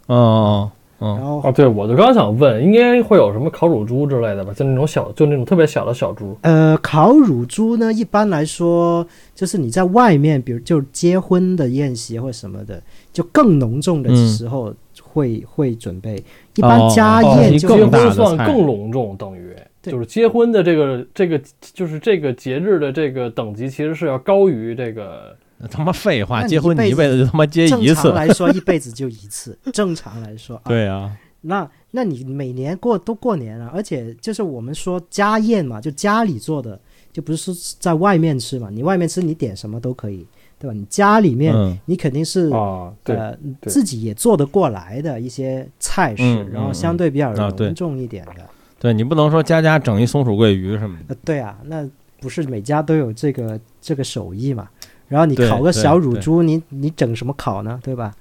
Speaker 1: 哦哦
Speaker 3: 然
Speaker 1: 哦，
Speaker 3: 后
Speaker 2: 哦，对，我就刚想问，应该会有什么烤乳猪之类的吧？就那种小，就那种特别小的小猪。
Speaker 3: 呃，烤乳猪呢，一般来说就是你在外面，比如就是结婚的宴席或什么的，就更隆重的
Speaker 1: 嗯
Speaker 3: 时候会、会准备。一般
Speaker 1: 哦
Speaker 3: 家
Speaker 1: 哦
Speaker 3: 宴
Speaker 1: 一
Speaker 3: 就
Speaker 1: 更
Speaker 2: 结
Speaker 3: 是
Speaker 1: 大
Speaker 2: 婚
Speaker 1: 的
Speaker 2: 算
Speaker 1: 菜
Speaker 2: 更隆重，等于
Speaker 3: 对
Speaker 2: 就是结婚的这个这个就是这个节日的这个等级，其实是要高于这个。
Speaker 1: 那他妈废话，
Speaker 3: 那你
Speaker 1: 结婚
Speaker 3: 一辈
Speaker 1: 你一辈子就他妈结一
Speaker 3: 正常
Speaker 1: 次，
Speaker 3: 来说，一辈子就一 次。正常来说，啊、，
Speaker 1: 对啊，
Speaker 3: 那那你每年过都过年了，而且就是我们说家宴嘛，就家里做的，就不是说在外面吃嘛。你外面吃，你点什么都可以，对吧？你家里面，
Speaker 1: 嗯
Speaker 3: 你肯定是、
Speaker 2: 啊，对，
Speaker 3: 呃
Speaker 2: 对
Speaker 3: 自己也做得过来的一些菜式，
Speaker 1: 嗯
Speaker 3: 然后
Speaker 1: 嗯
Speaker 3: 相对比较
Speaker 1: 啊对
Speaker 3: 隆重一点的。
Speaker 1: 对你不能说家家整一松鼠桂鱼什么的。
Speaker 3: 呃，对啊，那不是每家都有这个这个手艺嘛？然后你
Speaker 1: 对
Speaker 3: 烤个
Speaker 1: 对
Speaker 3: 小乳
Speaker 1: 对
Speaker 3: 猪，你你整什么烤呢？对吧？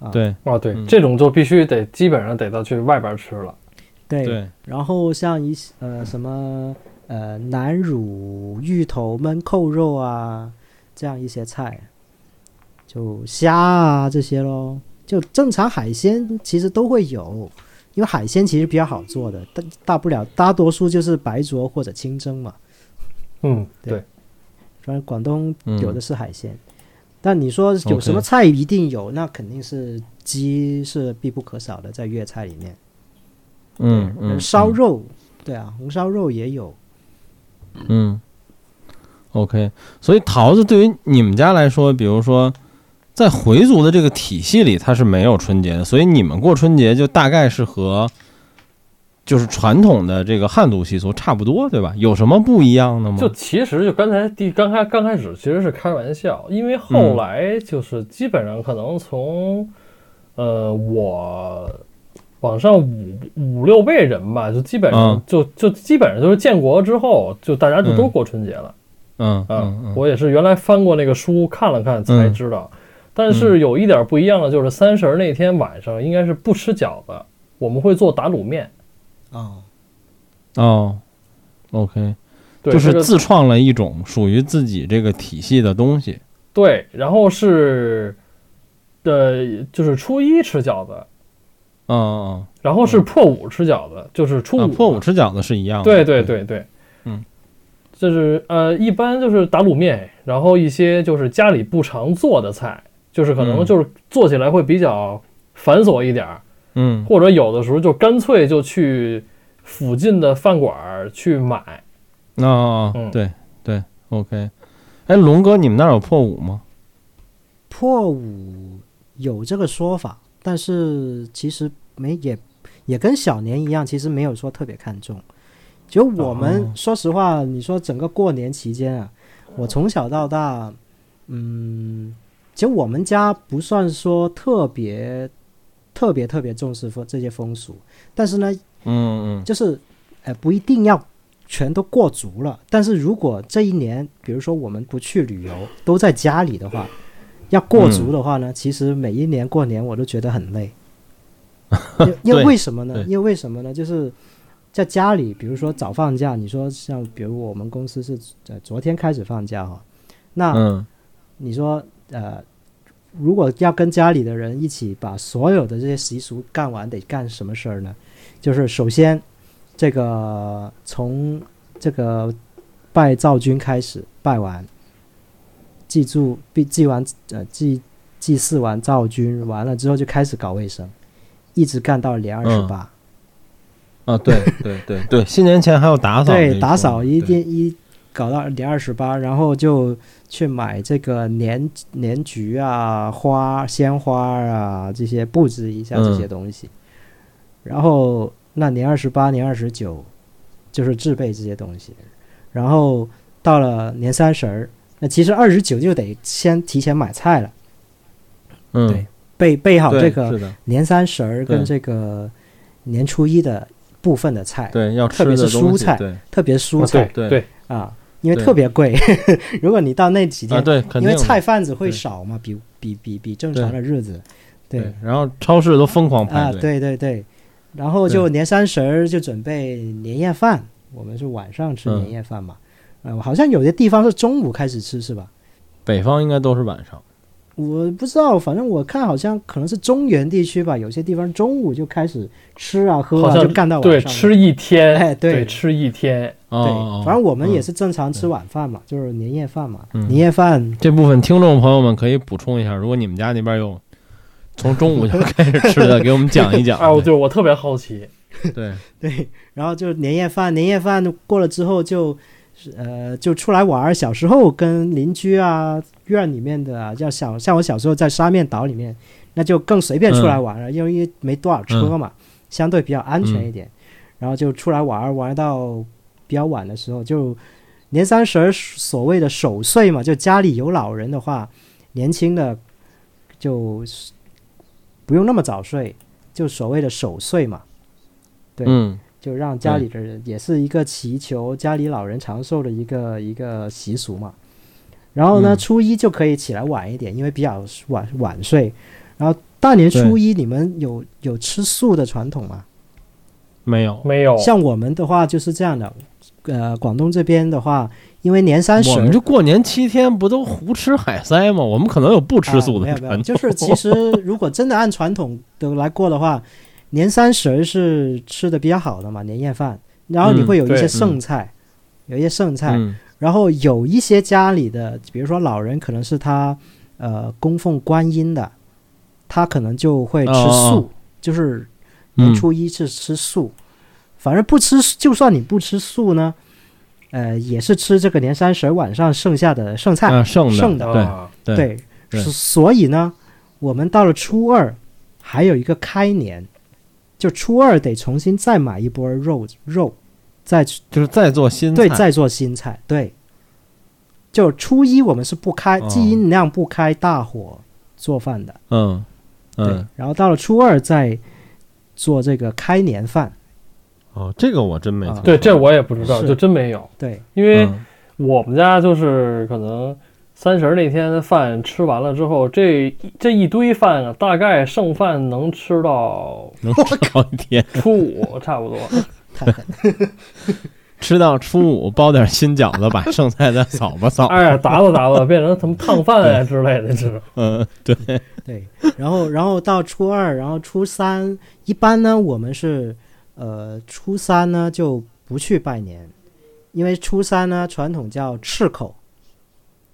Speaker 3: 啊
Speaker 1: 对
Speaker 2: 啊，对，
Speaker 1: 嗯
Speaker 2: 这种就必须得基本上得到去外边吃了。
Speaker 3: 对
Speaker 1: 对，
Speaker 3: 然后像一些呃什么呃南乳芋头焖扣肉啊，这样一些菜，就虾啊这些咯，就正常海鲜其实都会有，因为海鲜其实比较好做的，大大不了大多数就是白灼或者清蒸嘛，
Speaker 2: 嗯，
Speaker 3: 对
Speaker 2: 对，
Speaker 3: 反正广东
Speaker 1: 嗯
Speaker 3: 有的是海鲜。但你说有什么
Speaker 1: OK
Speaker 3: 菜一定有，那肯定是鸡是必不可少的，在粤菜里面。
Speaker 1: 嗯
Speaker 3: 呃
Speaker 1: 嗯，
Speaker 3: 烧
Speaker 1: 嗯
Speaker 3: 肉，对啊，红烧肉也有。
Speaker 1: 嗯，OK，所以桃子对于你们家来说，比如说在回族的这个体系里，它是没有春节的，所以你们过春节就大概是和就是传统的这个汉族习俗差不多，对吧？有什么不一样的吗？
Speaker 2: 就其实就刚才第刚开刚开始其实是开玩笑，因为后来就是基本上可能从，呃，我往上五五六辈人吧，就基本上
Speaker 1: 嗯
Speaker 2: 就就基本上就是建国之后，就大家就都
Speaker 1: 嗯
Speaker 2: 过春节了。
Speaker 1: 嗯
Speaker 2: 啊
Speaker 1: 嗯，嗯，
Speaker 2: 我也是原来翻过那个书看了看才知道。但是有一点不一样的就是三十儿那天晚上应该是不吃饺子，我们会做打卤面。
Speaker 3: 哦，
Speaker 1: 哦，OK，
Speaker 2: 对，
Speaker 1: 就
Speaker 2: 这
Speaker 1: 是
Speaker 2: 个
Speaker 1: 自创了一种属于自己这个体系的东西。
Speaker 2: 对，然后是，呃，就是初一吃饺子，
Speaker 1: 嗯嗯，
Speaker 2: 然后是破五吃饺子，就是初
Speaker 1: 嗯
Speaker 2: 五、
Speaker 1: 啊破五。吃饺子是一样的。
Speaker 2: 对对对对，
Speaker 1: 嗯，
Speaker 2: 就是呃，一般就是打卤面，然后一些就是家里不常做的菜，就是可能
Speaker 1: 嗯
Speaker 2: 就是做起来会比较繁琐一点儿，
Speaker 1: 嗯，
Speaker 2: 或者有的时候就干脆就去附近的饭馆儿去买。
Speaker 1: 嗯哦，哦
Speaker 2: 嗯
Speaker 1: 对对，OK。哎，龙哥，你们那儿有破五吗？
Speaker 3: 破五有这个说法，但是其实没也也跟小年一样，其实没有说特别看重。就我们、
Speaker 1: 哦
Speaker 3: 说实话，你说整个过年期间啊，我从小到大，嗯，其实我们家不算说特别特别特别重视风这些风俗，但是呢，
Speaker 1: 嗯嗯
Speaker 3: 就是，呃，不一定要全都过足了。但是如果这一年，比如说我们不去旅游，都在家里的话，要过足的话
Speaker 1: 嗯
Speaker 3: 呢，其实每一年过年我都觉得很 累。因因为
Speaker 1: 对
Speaker 3: 为什么呢
Speaker 1: 对？
Speaker 3: 因为为什么呢？就是在家里，比如说早放假，你说像比如我们公司是呃昨天开始放假哈、那、
Speaker 1: 嗯
Speaker 3: 你说呃，如果要跟家里的人一起把所有的这些习俗干完，得干什么事儿呢？就是首先，这个从这个拜灶君开始拜完，祭祝祭祭完呃祭祭祀完灶君，完了之后就开始搞卫生，一直干到年二十八。
Speaker 1: 啊，对对对对，新年前还要打扫这一
Speaker 3: 对，
Speaker 1: 说，
Speaker 3: 打扫一
Speaker 1: 对
Speaker 3: 定一搞到点二十八，然后就去买这个年年菊啊、花、鲜花啊这些布置一下这
Speaker 1: 嗯
Speaker 3: 些东西。然后那年二十八、年二十九就是制备这些东西，然后到了年三十儿，那其实二十九就得先提前买菜了，
Speaker 1: 嗯
Speaker 3: 对，备备好
Speaker 1: 对
Speaker 3: 这个
Speaker 1: 是的，
Speaker 3: 年三十儿
Speaker 1: 对
Speaker 3: 跟这个年初一的部分的菜，
Speaker 1: 对，要吃
Speaker 3: 特别
Speaker 1: 的
Speaker 3: 是
Speaker 1: 东
Speaker 3: 蔬
Speaker 1: 西
Speaker 3: 菜
Speaker 1: 对
Speaker 3: 特别蔬菜。
Speaker 1: 对
Speaker 2: 对，
Speaker 3: 啊，因为
Speaker 1: 对
Speaker 3: 特别贵。 如果你到那几
Speaker 1: 啊，
Speaker 3: 天，
Speaker 1: 对，肯定
Speaker 3: 因为菜
Speaker 1: 的
Speaker 3: 贩子会
Speaker 1: 对
Speaker 3: 少嘛，比比比比正常的日子，
Speaker 1: 对，然后超市都疯狂排
Speaker 3: 啊，
Speaker 1: 队，
Speaker 3: 对对对，然后就年三十儿就准备年夜饭，我们是晚上吃
Speaker 1: 嗯
Speaker 3: 年夜饭嘛，呃，好像有些地方是中午开始吃是吧？
Speaker 1: 北方应该都是晚上，
Speaker 3: 我不知道，反正我看好像可能是中原地区吧，有些地方中午就开始吃啊喝
Speaker 2: 好
Speaker 3: 啊，
Speaker 2: 像
Speaker 3: 就干到晚
Speaker 2: 对，
Speaker 3: 上了。
Speaker 2: 吃一天，
Speaker 3: 哎对
Speaker 2: 吃一天，
Speaker 1: 哦
Speaker 3: 对
Speaker 1: 哦，
Speaker 3: 反正我们也
Speaker 1: 嗯
Speaker 3: 是正常吃
Speaker 1: 对
Speaker 3: 晚饭嘛，就是年夜饭嘛。
Speaker 1: 嗯
Speaker 3: 年夜饭
Speaker 1: 这部分听众朋友们可以补充一下，如果你们家那边有从中午就开始吃 的，给我们讲一讲。
Speaker 3: 啊
Speaker 2: 哎，我对我特别好奇，
Speaker 1: 对，
Speaker 3: 对，然后就是年夜饭，年夜饭过了之后就，呃，就出来玩儿。小时候跟邻居啊、院里面的啊，像小像我小时候在沙面岛里面，那就更随便出来玩了，因为没多少车嘛，相对比较安全一点。然后就出来玩儿，玩到比较晚的时候，就年三十儿所谓的守岁嘛，就家里有老人的话，年轻的就不用那么早睡，就所谓的守岁嘛。对
Speaker 1: 嗯，
Speaker 3: 就让家里的人也是一个祈求家里老人长寿的一个一个习俗嘛。然后呢，
Speaker 1: 嗯
Speaker 3: 初一就可以起来晚一点，因为比较晚晚睡。然后大年初一，你们有有吃素的传统吗？
Speaker 1: 没有，
Speaker 2: 没有，
Speaker 3: 像我们的话就是这样的，呃，广东这边的话，因为年三十
Speaker 1: 我们就过年七天不都胡吃海塞吗？我们可能有不吃素
Speaker 3: 啊、没
Speaker 1: 的
Speaker 3: 有没有，
Speaker 1: 传统，
Speaker 3: 就是其实如果真的按传统的来过的话，年三十儿是吃的比较好的嘛，年夜饭，然后你
Speaker 1: 嗯
Speaker 3: 会有一
Speaker 2: 对
Speaker 3: 些
Speaker 2: 嗯
Speaker 3: 剩菜，有一些剩菜，
Speaker 1: 嗯
Speaker 3: 然后有一些家里的，比如说老人可能是他呃供奉观音的，他可能就会吃素，
Speaker 1: 哦
Speaker 3: 就是年
Speaker 1: 嗯，
Speaker 3: 初一是吃素。反正不吃，就算你不吃素呢，呃，也是吃这个年三十儿晚上剩下的剩菜。
Speaker 1: 啊，剩的
Speaker 2: 啊
Speaker 3: 剩的
Speaker 1: 对对
Speaker 3: 对，
Speaker 1: 对
Speaker 3: 所所以呢，我们到了初二还有一个开年，就初二得重新再买一波肉肉，再去
Speaker 1: 就是再做新菜，
Speaker 3: 对，再做新菜。对，就初一我们是不开，
Speaker 1: 哦
Speaker 3: 尽量不开大火做饭的。
Speaker 1: 嗯
Speaker 3: 对
Speaker 1: 嗯，，
Speaker 3: 然后到了初二再做这个开年饭。
Speaker 1: 哦，这个我真没
Speaker 3: 啊
Speaker 1: 听
Speaker 2: 对，这
Speaker 1: 过
Speaker 2: 我也不知道，
Speaker 3: 是
Speaker 2: 就真没有，
Speaker 3: 对，
Speaker 2: 因为
Speaker 1: 嗯
Speaker 2: 我们家就是可能三十那天饭吃完了之后，这这一堆饭啊，大概剩饭能吃到
Speaker 1: 能吃到一天，
Speaker 2: 初五差 不多。
Speaker 3: 太狠了。
Speaker 1: 吃到初五包点新饺子，把剩菜再扫吧扫。
Speaker 2: 哎呀，打吧打吧，变成什么烫饭啊之类的，这种。
Speaker 1: 嗯，对，
Speaker 3: 对，然后然后到初二，然后初三，一般呢我们是呃初三呢就不去拜年，因为初三呢传统叫赤口，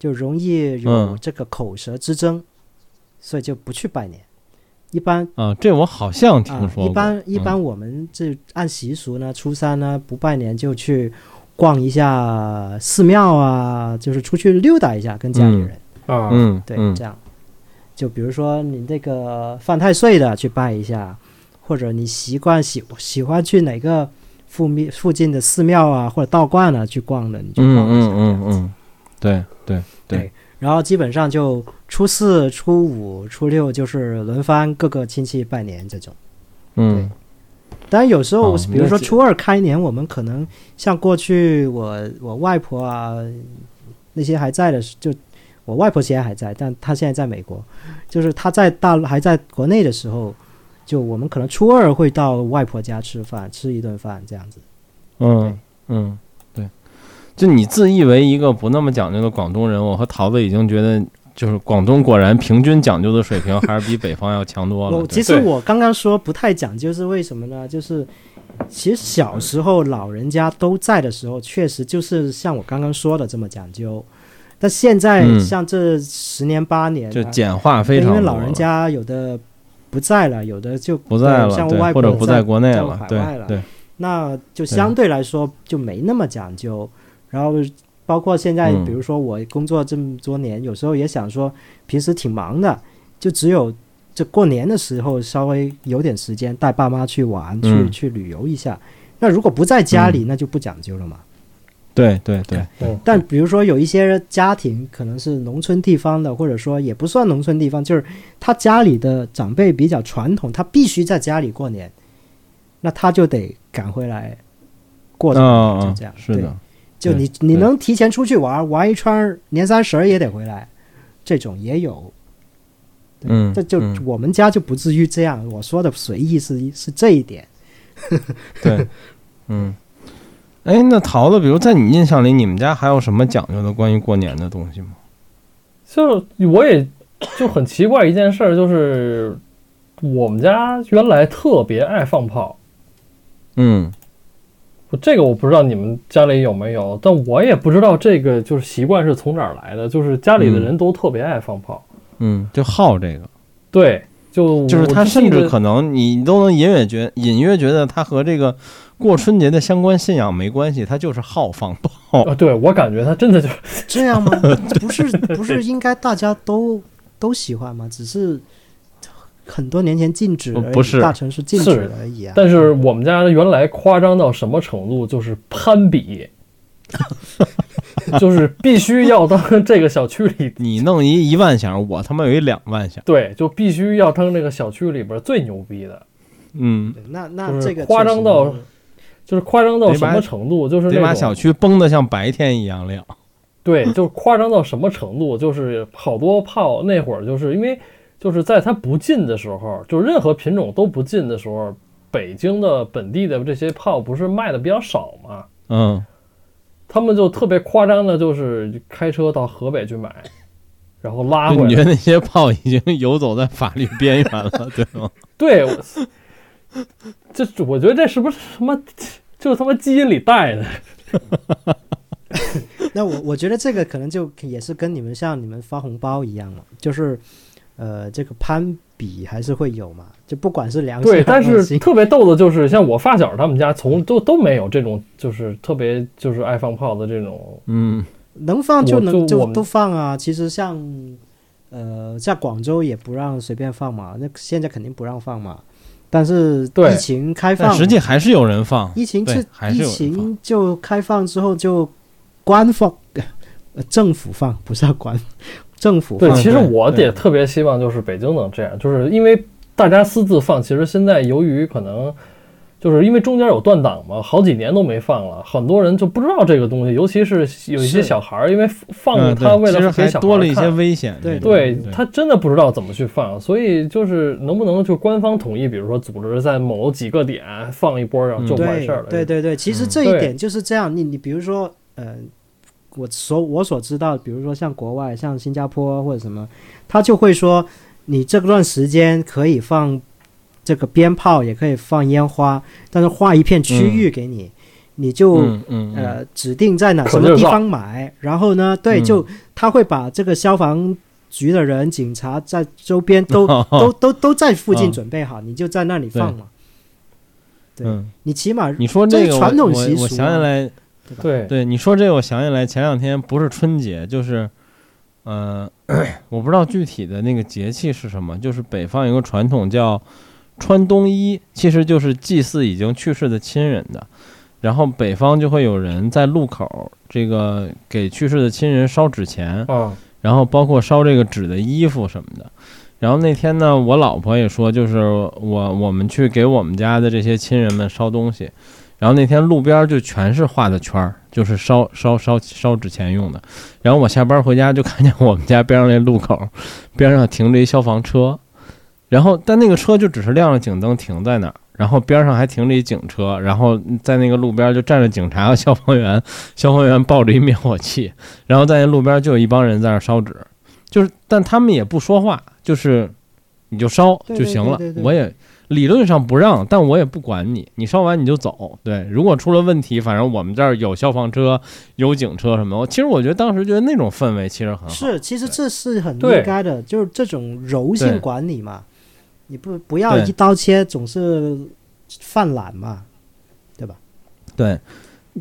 Speaker 3: 就容易有
Speaker 1: 嗯
Speaker 3: 这个口舌之争，所以就不去拜年。一般
Speaker 1: 啊，这我好像听
Speaker 3: 啊，
Speaker 1: 说过。
Speaker 3: 一般一
Speaker 1: 嗯
Speaker 3: 般我们这按习俗呢，初三呢不拜年就去逛一下寺庙啊，就是出去溜达一下，跟家里人、
Speaker 2: 啊，
Speaker 1: 嗯，
Speaker 3: 对、
Speaker 1: 嗯
Speaker 3: 这样。就比如说你那个犯太岁的去拜一下，或者你习惯喜喜欢去哪个附密附近的寺庙啊或者道观啊去逛的，你去
Speaker 1: 嗯
Speaker 3: 逛一下。
Speaker 1: 嗯嗯嗯，对对
Speaker 3: 对然后基本上就初四、初五、初六就是轮番各个亲戚拜年这种。
Speaker 1: 嗯
Speaker 3: 当然有时候
Speaker 1: 哦，
Speaker 3: 比如
Speaker 1: 那
Speaker 3: 说
Speaker 1: 是
Speaker 3: 初二开年，我们可能像过去我我外婆啊那些还在的时，就我外婆现在还在，但她现在在美国，就是她在大陆还在国内的时候，就我们可能初二会到外婆家吃饭，吃一顿饭这样子。
Speaker 1: 嗯嗯，对。就你自以为一个不那么讲究的广东人，我和桃子已经觉得，就是广东果然平均讲究的水平还是比北方要强多了。
Speaker 3: 我其
Speaker 1: 哦对
Speaker 3: 实
Speaker 2: 对
Speaker 3: 我刚刚说不太讲究是为什么呢？就是其实小时候老人家都在的时候，确实就是像我刚刚说的这么讲究。但现在
Speaker 1: 嗯
Speaker 3: 像这十年八年、啊
Speaker 1: 就简化非
Speaker 3: 对，
Speaker 1: 常
Speaker 3: 因
Speaker 1: 多
Speaker 3: 为
Speaker 1: 了。
Speaker 3: 老人家有的不在了，有的就
Speaker 1: 不在了，
Speaker 3: 像我
Speaker 1: 对，
Speaker 3: 外
Speaker 1: 或
Speaker 3: 婆
Speaker 1: 者不
Speaker 3: 在
Speaker 1: 在国内
Speaker 3: 在
Speaker 1: 了
Speaker 3: 海，
Speaker 1: 对
Speaker 3: 外了
Speaker 1: 对
Speaker 3: 那就相对来说就没那么讲究。然后包括现在，
Speaker 1: 嗯
Speaker 3: 比如说我工作这么多年，有时候也想说，平时挺忙的，就只有这过年的时候稍微有点时间带爸妈去玩，去、
Speaker 1: 嗯
Speaker 3: 去旅游一下。那如果不在家里，那就不讲究了嘛。
Speaker 1: 对对对，
Speaker 2: 嗯，
Speaker 3: 但比如说有一些家庭可能是农村地方的，或者说也不算农村地方，就是他家里的长辈比较传统，他必须在家里过年，那他就得赶回来过这个
Speaker 1: 嗯
Speaker 3: 年，就
Speaker 1: 嗯
Speaker 3: 这样。，
Speaker 1: 是
Speaker 3: 对
Speaker 1: 的，
Speaker 3: 就
Speaker 1: 对
Speaker 3: 你你
Speaker 1: 对
Speaker 3: 能提前出去玩玩一圈儿，年三十儿也得回来，这种也有。对
Speaker 1: 嗯
Speaker 3: 这就
Speaker 1: 嗯
Speaker 3: 我们家就不至于这样。我说的随意是是这一点。
Speaker 1: 对，嗯。哎，那桃子，比如在你印象里，你们家还有什么讲究的关于过年的东西吗？
Speaker 2: 就是我也就很奇怪一件事儿，就是我们家原来特别爱放炮，
Speaker 1: 嗯
Speaker 2: 我这个我不知道你们家里有没有，但我也不知道这个就是习惯是从哪儿来的，就是家里的人都特别爱放炮，
Speaker 1: 嗯，就好这个，
Speaker 2: 对，就
Speaker 1: 就是
Speaker 2: 我
Speaker 1: 他
Speaker 2: 记
Speaker 1: 甚
Speaker 2: 得
Speaker 1: 至可能你都能隐约觉隐约觉得他和这个过春节的相关信仰没关系，他就是好放炮。
Speaker 2: 啊，对我感觉他真的就是
Speaker 3: 这 样吗？不是不是应该大家都都喜欢吗？只是很多年前禁止
Speaker 1: 不
Speaker 3: 而已，
Speaker 1: 不是
Speaker 3: 大城市禁止
Speaker 2: 哦是
Speaker 3: 而已啊。
Speaker 2: 但是我们家原来夸张到什么程度，就是攀比， 就是必须要当这个小区里
Speaker 1: 你弄一一万响，我他妈有一两万响。
Speaker 2: 对，就必须要当这个小区里边最牛逼的，
Speaker 1: 嗯，
Speaker 3: 对那那
Speaker 2: 就是
Speaker 3: 这个
Speaker 2: 夸
Speaker 3: 确实
Speaker 2: 张到就是夸张到
Speaker 1: 得
Speaker 2: 什
Speaker 1: 把
Speaker 2: 么程度，就是
Speaker 1: 得
Speaker 2: 那
Speaker 1: 把
Speaker 2: 种
Speaker 1: 小区崩得像白天一样亮。
Speaker 2: 对，就是夸张到什么程度，就是好多炮那会儿，就是因为就是在它不进的时候，就任何品种都不进的时候，北京的本地的这些炮不是卖的比较少嘛，
Speaker 1: 嗯，
Speaker 2: 他们就特别夸张的，就是开车到河北去买，然后拉
Speaker 1: 就
Speaker 2: 回
Speaker 1: 你觉
Speaker 2: 来。
Speaker 1: 得那些炮已经游走在法律边缘了， 对吗？
Speaker 2: 对，我这我觉得这是不是什么，就是他妈基因里带的？
Speaker 3: 那我我觉得这个可能就也是跟你们像你们发红包一样嘛，就是呃，这个攀比还是会有嘛，就不管是良心
Speaker 2: 对，
Speaker 3: 还
Speaker 2: 但
Speaker 3: 是恶
Speaker 2: 是
Speaker 3: 心
Speaker 2: 特别逗的就是，像我发小他们家从都都没有这种，就是特别就是爱放炮的这种。
Speaker 1: 嗯
Speaker 3: 能放就
Speaker 2: 我
Speaker 3: 能
Speaker 2: 就
Speaker 3: 就
Speaker 2: 我们
Speaker 3: 都放啊。其实像呃，在广州也不让随便放嘛，那现在肯定不让放嘛。但是
Speaker 2: 对
Speaker 3: 疫情开
Speaker 1: 但
Speaker 3: 放，
Speaker 1: 实际还是有人放。
Speaker 3: 疫情
Speaker 1: 对
Speaker 3: 是
Speaker 1: 还是
Speaker 3: 疫
Speaker 1: 有人
Speaker 3: 情就开放之后就官方、 呃、政府放，不是要官政府
Speaker 2: 对，
Speaker 3: 放。
Speaker 2: 其实
Speaker 1: 对
Speaker 2: 我
Speaker 1: 对
Speaker 2: 也特别希望就是北京能这样，就是因为大家私自放，其实现在由于可能。就是因为中间有断档嘛，好几年都没放了，很多人就不知道这个东西，尤其是有一些
Speaker 3: 是
Speaker 2: 小孩儿，因为放
Speaker 1: 嗯，
Speaker 2: 了
Speaker 1: 对
Speaker 2: 他为
Speaker 1: 其实
Speaker 2: 了给
Speaker 1: 还
Speaker 2: 小孩儿
Speaker 1: 多了一些
Speaker 2: 看
Speaker 1: 危险。
Speaker 2: 对
Speaker 3: 对
Speaker 1: 对嗯
Speaker 2: 他真的不知道怎么去放，所以就是能不能就官方统一，比如说组织在某几个点放一波，然后
Speaker 1: 嗯
Speaker 2: 就完
Speaker 3: 对
Speaker 2: 事儿了。
Speaker 3: 对对对，其实
Speaker 1: 嗯
Speaker 3: 这一
Speaker 2: 对
Speaker 3: 点就是这样。你你比如说，呃，我所我所知道，比如说像国外，像新加坡或者什么，他就会说，你这段时间可以放这个鞭炮，也可以放烟花，但是划一片区
Speaker 2: 嗯
Speaker 3: 域给你，你就、
Speaker 1: 嗯嗯嗯
Speaker 3: 呃指定在哪
Speaker 2: 可
Speaker 3: 什么
Speaker 2: 劲儿
Speaker 3: 地
Speaker 2: 造
Speaker 3: 方买，然后呢，对，
Speaker 1: 嗯
Speaker 3: 就他会把这个消防局的人、警察在周边 都都都都在附近
Speaker 1: 哦嗯
Speaker 3: 准备好，你就在那里
Speaker 1: 对
Speaker 3: 放嘛。对，
Speaker 1: 嗯，
Speaker 3: 你起码
Speaker 1: 你说
Speaker 3: 这
Speaker 1: 这
Speaker 3: 是
Speaker 1: 个我，
Speaker 3: 传统
Speaker 1: 我
Speaker 3: 习俗
Speaker 1: 我想
Speaker 2: 啊
Speaker 1: 起
Speaker 3: 嘛
Speaker 1: 来，
Speaker 2: 对
Speaker 1: 对你说这，我想起来前两天不是春节，就是，呃， 我不知道具体的那个节气是什么，就是北方有个传统叫穿冬衣，其实就是祭祀已经去世的亲人的。然后北方就会有人在路口这个给去世的亲人烧纸钱，
Speaker 2: 啊，
Speaker 1: 然后包括烧这个纸的衣服什么的。然后那天呢，我老婆也说，就是我我们去给我们家的这些亲人们烧东西，然后那天路边就全是画的圈儿，就是烧烧烧烧纸钱用的。然后我下班回家就看见我们家边上那路口 边上停着一消防车，然后但那个车就只是亮了警灯停在那儿，然后边上还停着一警车，然后在那个路边就站着警察和消防员， 消防员抱着一灭火器，然后在那路边就有一帮人在那儿烧纸，就是但他们也不说话，就是你就烧
Speaker 3: 对
Speaker 1: 就行了
Speaker 3: 对对对，对
Speaker 1: 我也。理论上不让，但我也不管你，你烧完你就走。对，如果出了问题，反正我们这儿有消防车、有警车什么的。我其实我觉得当时觉得那种氛围其实很好。
Speaker 3: 是，其实
Speaker 1: 对
Speaker 3: 这是很
Speaker 2: 对
Speaker 3: 应该的，就是这种柔性
Speaker 1: 对
Speaker 3: 管理嘛，你不不要
Speaker 1: 对
Speaker 3: 一刀切，总是犯懒嘛。对吧？
Speaker 1: 对，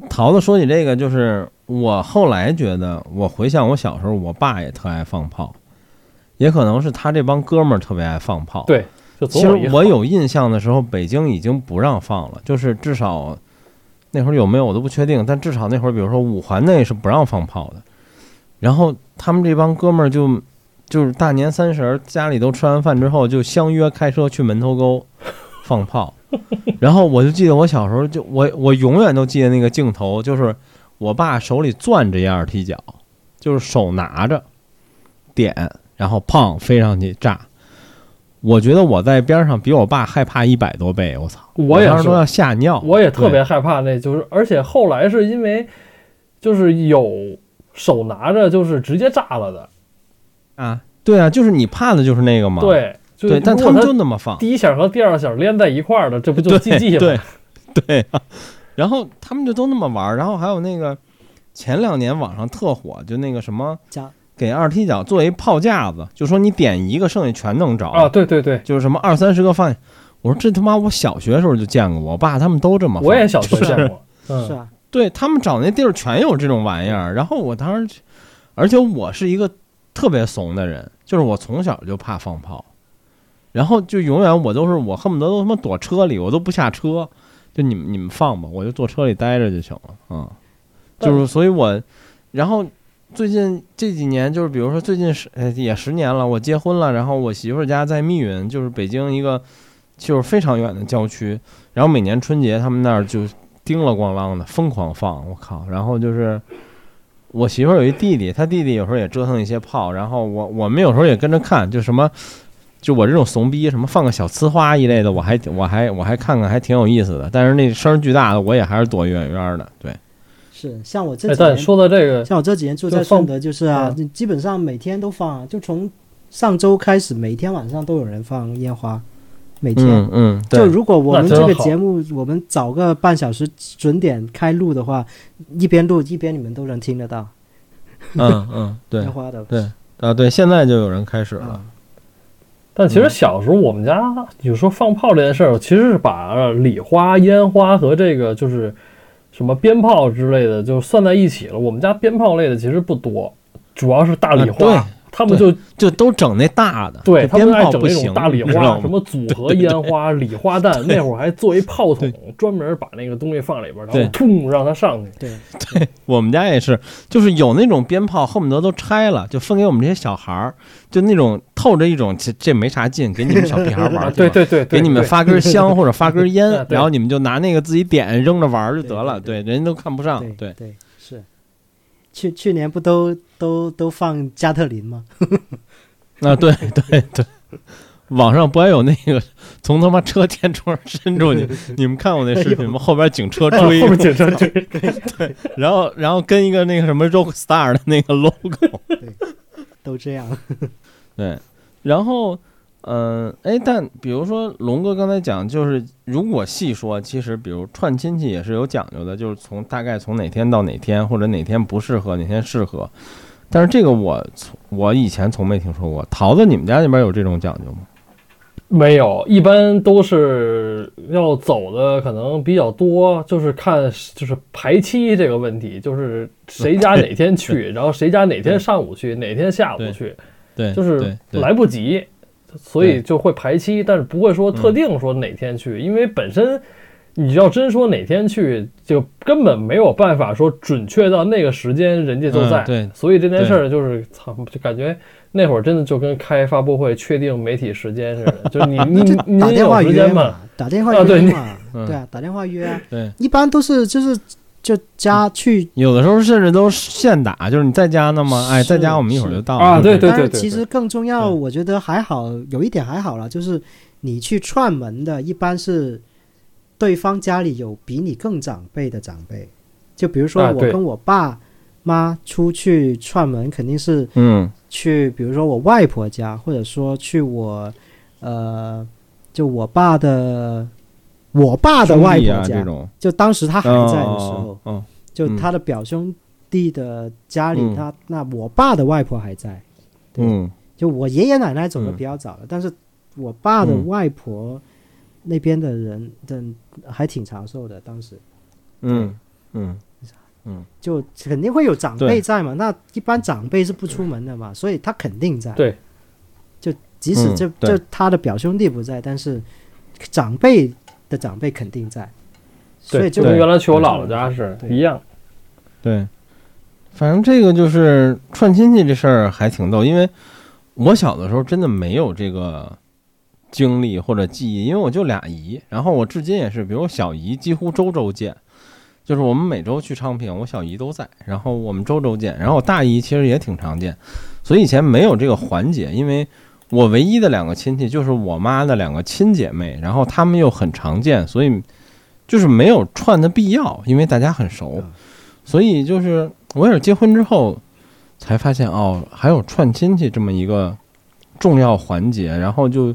Speaker 1: 桃子说起这个，就是我后来觉得，我回想我小时候，我爸也特爱放炮，也可能是他这帮哥们儿特别爱放炮。
Speaker 2: 对，就
Speaker 1: 其
Speaker 2: 总
Speaker 1: 实
Speaker 2: 一
Speaker 1: 我
Speaker 2: 号
Speaker 1: 有印象的时候，北京已经不让放了，就是至少那会儿有没有我都不确定，但至少那会儿，比如说五环内是不让放炮的。然后他们这帮哥们儿就就是大年三十儿家里都吃完饭之后，就相约开车去门头沟放炮。然后我就记得我小时候就我我永远都记得那个镜头，就是我爸手里攥着一二踢脚，就是手拿着点，然后砰飞上去炸。我觉得我在边上比我爸害怕一百多倍，我操！
Speaker 2: 我也
Speaker 1: 当时
Speaker 2: 是
Speaker 1: 都，要吓尿。
Speaker 2: 我也特
Speaker 1: 哦对
Speaker 2: 别害怕那，就是而且后来是因为就是有手拿着就是直接炸了的，
Speaker 1: 啊，对啊，就是你怕的就是那个嘛。
Speaker 2: 对，就
Speaker 1: 对，但
Speaker 2: 如
Speaker 1: 他
Speaker 2: 果
Speaker 1: 们
Speaker 2: 它
Speaker 1: 就那么放。
Speaker 2: 第一响和第二响连在一块儿的，这不就
Speaker 1: 对
Speaker 2: GG 了？
Speaker 1: 对 对啊，然后他们就都那么玩儿，然后还有那个前两年网上特火，就那个什么
Speaker 3: 加
Speaker 1: 给二踢脚做一炮架子，就说你点一个，剩下全能着
Speaker 2: 啊，，对对对，
Speaker 1: 就是什么二三十个放。我说这他妈我小学时候就见过，我爸他们都这么放。
Speaker 2: 我也小时候
Speaker 1: 就是
Speaker 2: 见过，
Speaker 3: 是
Speaker 2: 嗯，
Speaker 3: 啊，
Speaker 1: 对他们找那地儿全有这种玩意儿。然后我当时就，而且我是一个特别怂的人，就是我从小就怕放炮，然后就永远我都是我恨不得都他妈躲车里，我都不下车，就你们你们放吧，我就坐车里待着就行了。嗯，就是所以我，然后。最近这几年，就是比如说最近十呃也十年了，我结婚了，然后我媳妇儿家在密云，就是北京一个就是非常远的郊区，然后每年春节他们那儿就叮了咣啷的疯狂放，我靠！然后就是我媳妇儿有一弟弟，他弟弟有时候也折腾一些炮，然后我我们有时候也跟着看，就什么就我这种怂逼，什么放个小呲花一类的，我还我还我还看看还挺有意思的，但是那声儿巨大的，我也还是躲远远的。对，
Speaker 3: 是像我这
Speaker 2: 哎，
Speaker 3: 几
Speaker 2: 但
Speaker 3: 年，
Speaker 2: 说到这个，
Speaker 3: 像我这几年住
Speaker 2: 就
Speaker 3: 在
Speaker 2: 放
Speaker 3: 顺德，就是啊，
Speaker 2: 嗯
Speaker 3: 你基本上每天都放啊，就从上周开始，每天晚上都有人放烟花，每天。
Speaker 1: 嗯嗯，
Speaker 3: 就
Speaker 1: 对，
Speaker 3: 如果我们
Speaker 2: 那真
Speaker 3: 这个
Speaker 2: 好
Speaker 3: 节目，我们找个半小时准点开录的话，一边录一边你们都能听得到
Speaker 1: 嗯 嗯对
Speaker 3: 烟花的。
Speaker 1: 对啊对，现在就有人开始了
Speaker 3: 啊，
Speaker 2: 但其实小时候我们家有时候放炮这件事儿，其实是把礼花、烟花和这个就是什么鞭炮之类的就算在一起了。我们家鞭炮类的其实不多，主要是大礼花，
Speaker 1: 啊
Speaker 2: 他们就
Speaker 1: 就都整那大的，
Speaker 2: 对
Speaker 1: 这
Speaker 2: 他们
Speaker 1: 鞭
Speaker 2: 爱
Speaker 1: 炮
Speaker 2: 整
Speaker 1: 不
Speaker 2: 那
Speaker 1: 行，
Speaker 2: 种大礼
Speaker 1: 你知道
Speaker 2: 花，
Speaker 1: 吗
Speaker 2: 什么组合烟花、礼花弹， 那会儿还做一炮筒，专门把那个东西放里边儿，然后
Speaker 1: 对
Speaker 2: 砰让它上去。
Speaker 3: 对，
Speaker 1: 我们家也是，就是有那种鞭炮，恨不得都拆了，就分给我们这些小孩儿，就那种透着一种这这没啥劲，给你们小屁孩儿玩
Speaker 2: 啊
Speaker 1: 儿，
Speaker 2: 对，对对对，
Speaker 1: 给你们
Speaker 2: 对
Speaker 1: 发根香或者发根烟
Speaker 2: 啊， 对
Speaker 1: 然后你们就拿那个自己点扔着玩儿就得了，
Speaker 3: 对
Speaker 1: 对，人家都看不
Speaker 2: 啊
Speaker 1: 上，
Speaker 3: 对
Speaker 1: 对，
Speaker 3: 对是。去去年不都都都放加特林吗？
Speaker 1: 啊，对对对，网上不还有那个从他妈车天窗伸出 去，你们看过那视频吗？后边警车
Speaker 2: 啊后
Speaker 1: 追，
Speaker 2: 面警车追，
Speaker 1: 然后然后跟一个那个什么 Rockstar 的那个 logo，
Speaker 3: 都这样。
Speaker 1: 对，然后，嗯、哎，但比如说龙哥刚才讲，就是如果细说，其实比如串亲戚也是有讲究的，就是从大概从哪天到哪天，或者哪天不适合，哪天适合。但是这个我从我以前从没听说过。桃子，你们家那边有这种讲究吗？
Speaker 2: 没有，一般都是要走的可能比较多，就是看就是排期这个问题，就是谁家哪天去，然后谁家哪天上午去，哪天下午去，
Speaker 1: 对，
Speaker 2: 就是
Speaker 1: 对对
Speaker 2: 来不及，所以
Speaker 1: 对嗯
Speaker 2: 就会排期，但是不会说特定说哪天去，因为本身你要真说哪天去，就根本没有办法说准确到那个时间人家都
Speaker 1: 嗯
Speaker 2: 在，
Speaker 1: 对
Speaker 2: 所以这件事儿就是操，就感觉那会儿真的就跟开发布会确定媒体时间似的， 就是你你
Speaker 3: 就
Speaker 2: 你
Speaker 3: 打
Speaker 2: 你
Speaker 3: 电话
Speaker 2: 有时
Speaker 3: 约
Speaker 2: 间吗？
Speaker 3: 嘛，打电话
Speaker 2: 啊对
Speaker 3: 约
Speaker 2: 你
Speaker 3: 嘛，
Speaker 1: 嗯
Speaker 3: 对啊，打电话约啊。
Speaker 1: 对。
Speaker 3: 一般都是就是就加去
Speaker 1: 有的时候甚至都现打，就是你在家呢吗？哎，在家我们一会儿就到了
Speaker 2: 啊对对
Speaker 3: 但是
Speaker 2: 对
Speaker 3: 其实更重要，
Speaker 1: 对嗯
Speaker 3: 我觉得还好，有一点还好了，就是你去串门的，一般是对方家里有比你更长辈的长辈，就比如说
Speaker 2: 啊
Speaker 3: 我
Speaker 2: 对
Speaker 3: 跟我爸妈出去串门，肯定是
Speaker 1: 嗯
Speaker 3: 去，比如说我外婆家，或者说去我呃，就我爸的我爸的
Speaker 1: 兄
Speaker 3: 外
Speaker 1: 弟
Speaker 3: 婆
Speaker 1: 啊
Speaker 3: 家，
Speaker 1: 这种
Speaker 3: 就当时他还在的时候，
Speaker 1: 哦，哦哦
Speaker 3: 就他的表兄弟的家里，
Speaker 1: 嗯
Speaker 3: 他那我爸的外婆还在。对
Speaker 1: 嗯
Speaker 3: 就我爷爷奶奶走的
Speaker 1: 嗯
Speaker 3: 比较早了，但是我爸的
Speaker 1: 嗯
Speaker 3: 外婆那边的人真还挺长寿的，当时
Speaker 1: 嗯嗯
Speaker 3: 就肯定会有长
Speaker 1: 对
Speaker 3: 辈在嘛。那一般长辈是不出门的嘛，所以他肯定在。
Speaker 2: 对，
Speaker 3: 就即使
Speaker 1: 嗯
Speaker 3: 这、
Speaker 1: 对
Speaker 3: 这他的表兄弟不在，但是长辈的长辈肯定在。所以
Speaker 2: 对，
Speaker 3: 就
Speaker 2: 就跟
Speaker 1: 对
Speaker 2: 原来去我姥姥家是
Speaker 3: 对
Speaker 2: 一样。
Speaker 1: 对，反正这个就是串亲戚这事儿还挺逗，因为我小的时候真的没有这个经历或者记忆，因为我就俩姨，然后我至今也是，比如我小姨几乎周周见，就是我们每周去昌平，我小姨都在，然后我们周周见，然后我大姨其实也挺常见，所以以前没有这个环节，因为。我唯一的两个亲戚就是我妈的两个亲姐妹，然后她们又很常见，所以就是没有串的必要，因为大家很熟。所以就是我也是结婚之后才发现哦，还有串亲戚这么一个重要环节，然后就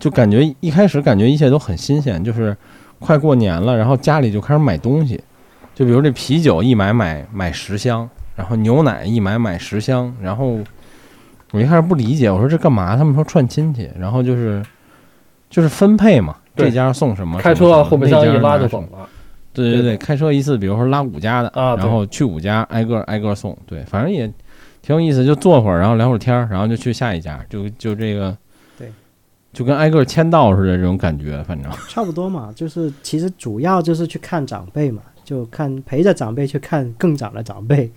Speaker 1: 就感觉一开始感觉一切都很新鲜，就是快过年了，然后家里就开始买东西，就比如这啤酒一买买买十箱，然后牛奶一买买十箱，然后我一开始不理解，我说这干嘛？他们说串亲戚，然后就是就是分配嘛，
Speaker 2: 对
Speaker 1: 这家送什么，
Speaker 2: 开
Speaker 1: 什
Speaker 2: 车
Speaker 1: 么
Speaker 2: 往
Speaker 1: 什么
Speaker 2: 后备箱
Speaker 1: 那
Speaker 2: 一
Speaker 1: 家
Speaker 2: 拉
Speaker 1: 拿
Speaker 2: 就
Speaker 1: 什么
Speaker 2: 走了。
Speaker 1: 对对
Speaker 2: 对
Speaker 1: 对，开车一次，比如说拉五家的，
Speaker 2: 啊对
Speaker 1: 然后去五家挨个挨个送，对，反正也挺有意思，就坐会儿，然后聊会儿天儿，然后就去下一家，就就这个，
Speaker 3: 对，
Speaker 1: 就跟挨个签到似的这种感觉，反正
Speaker 3: 差不多嘛，就是其实主要就是去看长辈嘛，就看陪着长辈去看更长的长辈。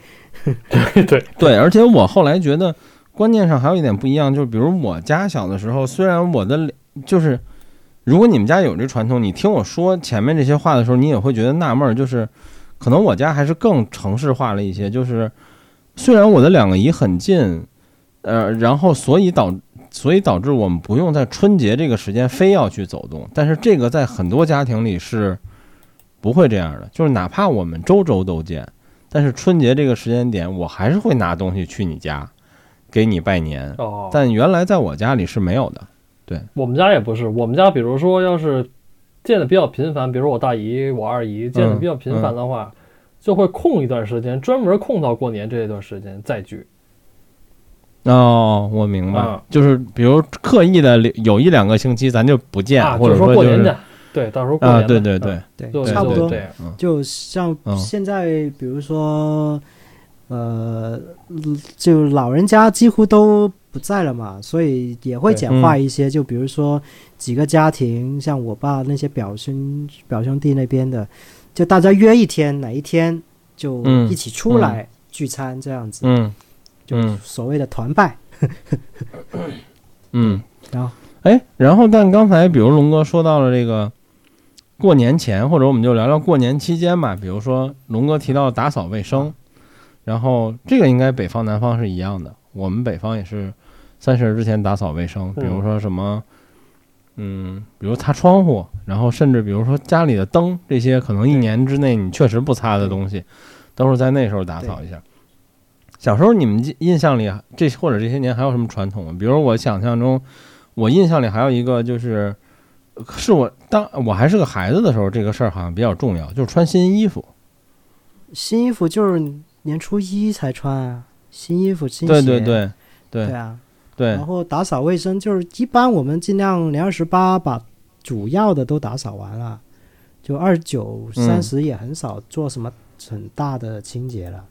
Speaker 2: 对 对，
Speaker 1: 对，而且我后来觉得观念上还有一点不一样，就是比如我家小的时候，虽然我的就是，如果你们家有这传统，你听我说前面这些话的时候，你也会觉得纳闷儿，就是可能我家还是更城市化了一些，就是虽然我的两个姨很近，呃，然后所以导所以导致我们不用在春节这个时间非要去走动，但是这个在很多家庭里是不会这样的，就是哪怕我们周周都见。但是春节这个时间点，我还是会拿东西去你家，给你拜年。
Speaker 2: 哦，
Speaker 1: 但原来在我家里是没有的。
Speaker 2: 我们家也不是，我们家比如说要是见的比较频繁，比如我大姨、我二姨见
Speaker 1: 嗯
Speaker 2: 的比较频繁的话，就会空一段时间，专门空到过年这一段时间再聚。
Speaker 1: 哦，我明白，
Speaker 2: 嗯
Speaker 1: 就是比如刻意的有一两个星期咱就不见，
Speaker 2: 啊，
Speaker 1: 或
Speaker 2: 就
Speaker 1: 者
Speaker 2: 是说
Speaker 1: 就
Speaker 2: 过
Speaker 1: 是
Speaker 2: 年去，对，到时候过年
Speaker 1: 啊，
Speaker 2: 嘛
Speaker 1: 对对对，
Speaker 2: 嗯
Speaker 3: 对，
Speaker 2: 就
Speaker 3: 差不
Speaker 1: 对
Speaker 3: 多。
Speaker 2: 对对
Speaker 1: 嗯
Speaker 3: 就像
Speaker 1: 嗯
Speaker 3: 现在，比如说，呃，就老人家几乎都不在了嘛，所以也会
Speaker 2: 对
Speaker 3: 简
Speaker 1: 嗯
Speaker 3: 化一些。就比如说几个家庭，像我爸那些表兄表兄弟那边的，就大家约一天，哪一天就
Speaker 1: 嗯
Speaker 3: 一起出来聚餐这样子，
Speaker 1: 嗯
Speaker 3: 就
Speaker 1: 嗯
Speaker 3: 所谓的团拜。
Speaker 1: 嗯。
Speaker 3: 然后
Speaker 1: 哎，然后但刚才比如龙哥说到了这个过年前，或者我们就聊聊过年期间吧。比如说龙哥提到打扫卫生，然后这个应该北方南方是一样的，我们北方也是三十之前打扫卫生，比如说什么，嗯，比如擦窗户，然后甚至比如说家里的灯这些，可能一年之内你确实不擦的东西，都是在那时候打扫一下。小时候你们记印象里啊这或者这些年还有什么传统吗？比如我想象中，我印象里还有一个就是，呃是我当我还是个孩子的时候，这个事儿好像比较重要，就是穿新衣服。
Speaker 3: 新衣服就是年初一才穿啊，新衣服新鞋。
Speaker 1: 对对对
Speaker 3: 对
Speaker 1: 对
Speaker 3: 啊。
Speaker 1: 对
Speaker 3: 然后打扫卫生就是一般我们尽量年二十八把主要的都打扫完了，就二九
Speaker 1: 嗯
Speaker 3: 三十也很少做什么很大的清洁了，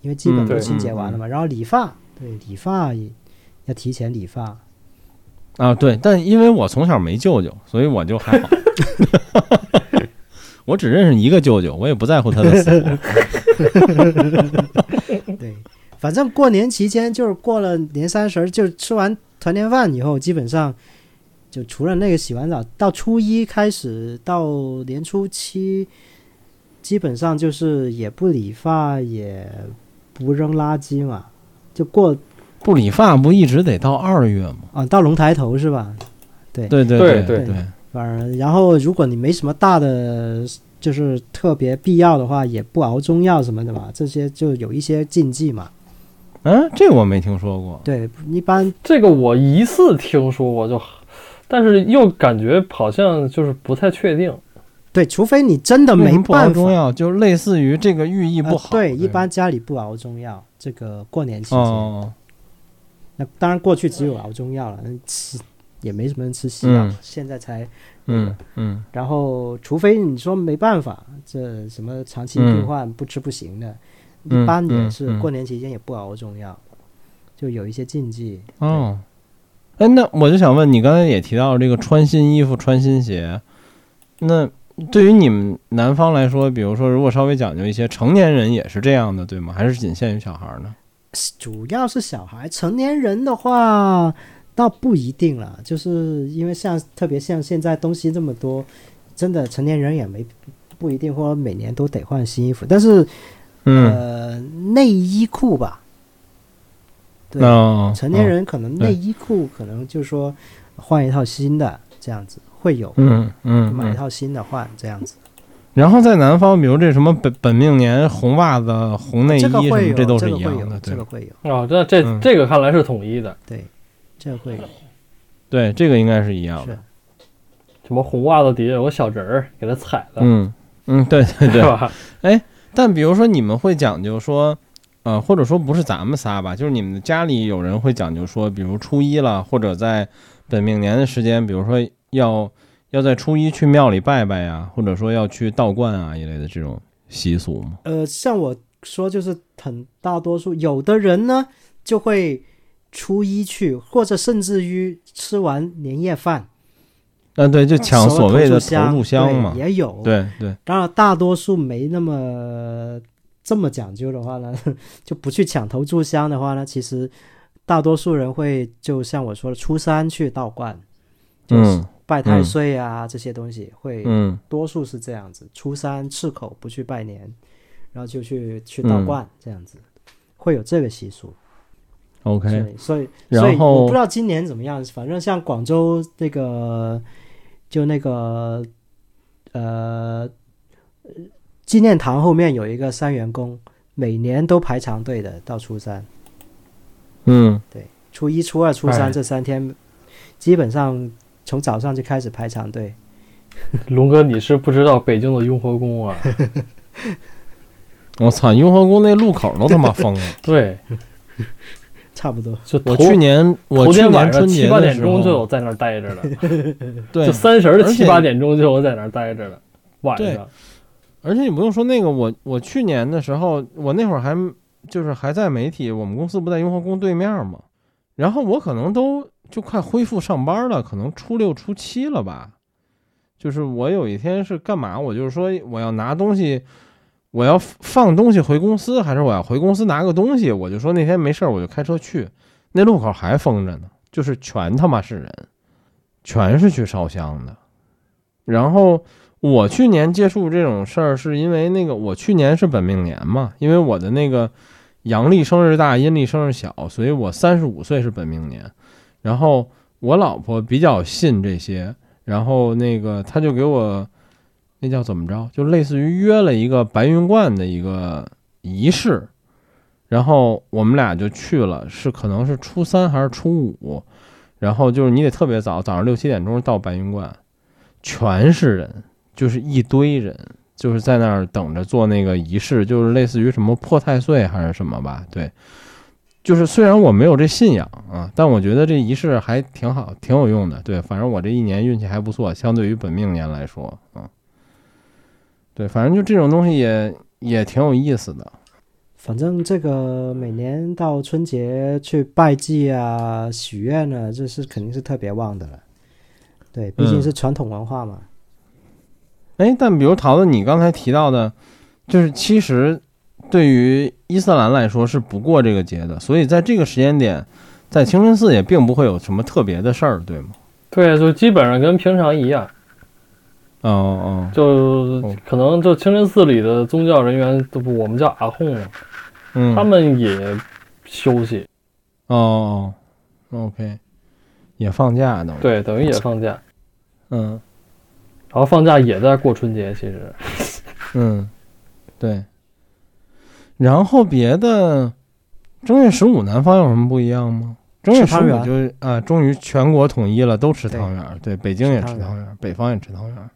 Speaker 3: 因为基本
Speaker 1: 嗯
Speaker 3: 都
Speaker 2: 对
Speaker 3: 清洁完了嘛。然后理发，对理发也要提前理发，
Speaker 1: 啊对，但因为我从小没舅舅，所以我就 还好。我只认识一个舅舅，我也不在乎他的死 活。
Speaker 3: 对，反正过年期间就是过了年三十儿，就是吃完团年饭以后，基本上就除了那个洗完澡，到初一开始到年初七，基本上就是也不理发，也不扔垃圾嘛，就过
Speaker 1: 不理发不一直得到二月吗？
Speaker 3: 啊到龙抬头是吧？
Speaker 1: 对对
Speaker 2: 对
Speaker 1: 对
Speaker 3: 对反正然后如果你没什么大的。就是特别必要的话，也不熬中药什么的嘛，这些就有一些禁忌嘛。
Speaker 1: 嗯、这我没听说过。
Speaker 3: 对，一般
Speaker 2: 这个我疑似听说过，就，但是又感觉好像就是不太确定。
Speaker 3: 对，除非你真的
Speaker 1: 为什
Speaker 3: 没
Speaker 1: 么不熬
Speaker 3: 办法
Speaker 1: 中，药？就类似于这个寓意不好。
Speaker 3: 呃对，一
Speaker 1: 吧
Speaker 3: 般家里不熬中药，这个过年期间，
Speaker 1: 哦，
Speaker 3: 那当然过去只有熬中药了，嗯吃也没什么人吃西药，
Speaker 1: 嗯
Speaker 3: 现在才
Speaker 1: 嗯嗯
Speaker 3: 然后，除非你说没办法，这什么长期病患不吃不行的，
Speaker 1: 嗯
Speaker 3: 一般也
Speaker 1: 嗯
Speaker 3: 是
Speaker 1: 嗯
Speaker 3: 过年期间也不熬中药，就有一些禁忌。
Speaker 1: 哦，哎，那我就想问你，刚才也提到了这个穿新衣服、穿新鞋，那对于你们南方来说，比如说如果稍微讲究一些，成年人也是这样的，对吗？还是仅限于小孩呢？
Speaker 3: 主要是小孩，成年人的话倒不一定了，就是因为像特别像现在东西这么多，真的成年人也没不一定或者每年都得换新衣服，但是、
Speaker 1: 嗯，
Speaker 3: 呃内衣裤吧，对，
Speaker 1: 那、哦、
Speaker 3: 成年人可能
Speaker 1: 对
Speaker 3: 内衣裤可能就是说换一套新的这样子会有，
Speaker 1: 嗯，嗯
Speaker 3: 买一
Speaker 1: 嗯，
Speaker 3: 套新的换这样子，
Speaker 1: 然后在南方，比如这什么本本命年、红袜子、红内衣
Speaker 3: 这
Speaker 1: 什
Speaker 3: 个
Speaker 1: 么
Speaker 3: 会，有，
Speaker 1: 这都
Speaker 3: 这
Speaker 1: 是
Speaker 3: 个
Speaker 1: 一
Speaker 3: 会
Speaker 1: 样的，
Speaker 3: 有，
Speaker 1: 对
Speaker 3: 这个会有，
Speaker 2: 啊，那这
Speaker 1: 嗯
Speaker 2: 这个看来是统一的，
Speaker 3: 对，这个会有，
Speaker 1: 对，这个应该是一样的
Speaker 3: 是。
Speaker 2: 什么红袜子底下有个小人儿给他踩了，
Speaker 1: 嗯嗯，对对
Speaker 2: 是
Speaker 1: 对，
Speaker 2: 吧？
Speaker 1: 但比如说你们会讲究说，呃，或者说不是咱们仨吧，就是你们的家里有人会讲究说，比如初一了，或者在本命年的时间，比如说要要在初一去庙里拜拜呀、或者说要去道观啊一类的这种习俗吗？
Speaker 3: 呃，像我说就是很大多数，有的人呢就会初一去，或者甚至于吃完年夜饭
Speaker 1: 啊，对，就抢
Speaker 3: 所
Speaker 1: 所谓的
Speaker 3: 头
Speaker 1: 头炷香
Speaker 3: 对
Speaker 1: 嘛。
Speaker 3: 也有，
Speaker 1: 对对，
Speaker 3: 当然大多数没那么这么讲究的话呢， 就不去抢头炷香的话呢，其实大多数人会就像我说的，初三去道观，就是
Speaker 1: 嗯
Speaker 3: 拜太岁啊、这些东西会，
Speaker 1: 嗯
Speaker 3: 多数是这样子，初三赤口不去拜年，然后就去去道观、这样子，会有这个习俗。所
Speaker 1: ，OK，
Speaker 3: 以所以
Speaker 1: 哎然
Speaker 3: 所以
Speaker 1: 后
Speaker 3: 我不知道今年怎么样，反正像广州那个就那个呃纪念堂后面有一个三元宫，每年都排长队的，到初三、
Speaker 1: 嗯
Speaker 3: 初一、初二、初
Speaker 2: 哎
Speaker 3: 三这三天，基本上从早上就开始排长队。
Speaker 2: 龙哥，你是不知道北京的雍和 宫啊？
Speaker 1: 我操，雍和宫那路口都他妈 封了。
Speaker 2: 对，
Speaker 3: 差不多，
Speaker 2: 就
Speaker 1: 我
Speaker 2: 头
Speaker 1: 去年我
Speaker 2: 头
Speaker 1: 去
Speaker 2: 天
Speaker 1: 年
Speaker 2: 晚上
Speaker 1: 春
Speaker 2: 七
Speaker 1: 节
Speaker 2: 八
Speaker 1: 的
Speaker 2: 点
Speaker 1: 时
Speaker 2: 钟就有
Speaker 1: 候，
Speaker 2: 在那儿待着的，
Speaker 1: 对
Speaker 2: 就，三十
Speaker 1: 而
Speaker 2: 的
Speaker 1: 且
Speaker 2: 七八点钟就有在那儿待着的，晚上。
Speaker 1: 而且你不用说那个，我我去年的时候，我那会儿还就是还在媒体，我们公司不在雍和宫对面嘛，然后我可能都就快恢复上班了，可能初六初七了吧。就是我有一天是干嘛？我就是说我要拿东西，我要放东西回公司，还是我要回公司拿个东西？我就说那天没事儿，我就开车去，那路口还封着呢，就是全他妈是人，全是去烧香的，然后。我去年接触这种事儿，是因为那个我去年是本命年嘛，因为我的那个阳历生日大，阴历生日小，所以我三十五岁是本命年。然后我老婆比较信这些，然后那个她就给我那叫怎么着，就类似于约了一个白云观的一个仪式，然后我们俩就去了，是可能是初三还是初五，然后就是你得特别早，早上六七点钟到白云观，全是人。就是一堆人，就是在那儿等着做那个仪式，就是类似于什么破太岁还是什么吧，对。就是虽然我没有这信仰啊，但我觉得这仪式还挺好，挺有用的。对，反正我这一年运气还不错，相对于本命年来说啊。对，反正就这种东西也也挺有意思的。
Speaker 3: 反正这个每年到春节去拜祭啊、许愿啊，这是肯定是特别旺的了。对，毕竟
Speaker 1: 嗯
Speaker 3: 是传统文化嘛。
Speaker 1: 哎，但比如桃子，你刚才提到的，就是其实对于伊斯兰来说是不过这个节的，所以在这个时间点，在清真寺也并不会有什么特别的事儿，对吗？
Speaker 2: 对，就基本上跟平常一样，
Speaker 1: 哦哦，
Speaker 2: 就
Speaker 1: 哦
Speaker 2: 可能就清真寺里的宗教人员，都不我们叫阿訇嘛，
Speaker 1: 嗯，
Speaker 2: 他们也休息，
Speaker 1: 哦哦，OK，也放假等于，
Speaker 2: 对，等于也放假，
Speaker 1: 嗯
Speaker 2: 然后放假也在过春节，其实
Speaker 1: 嗯，对。然后别的，正月十五南方有什么不一样吗？正月
Speaker 3: 吃
Speaker 1: 十
Speaker 3: 汤圆
Speaker 1: 五就啊，终于全国统一了，都吃汤圆儿，对，北京也
Speaker 3: 吃
Speaker 1: 吃
Speaker 3: 汤圆
Speaker 1: 汤圆儿，北方也吃汤圆儿。嗯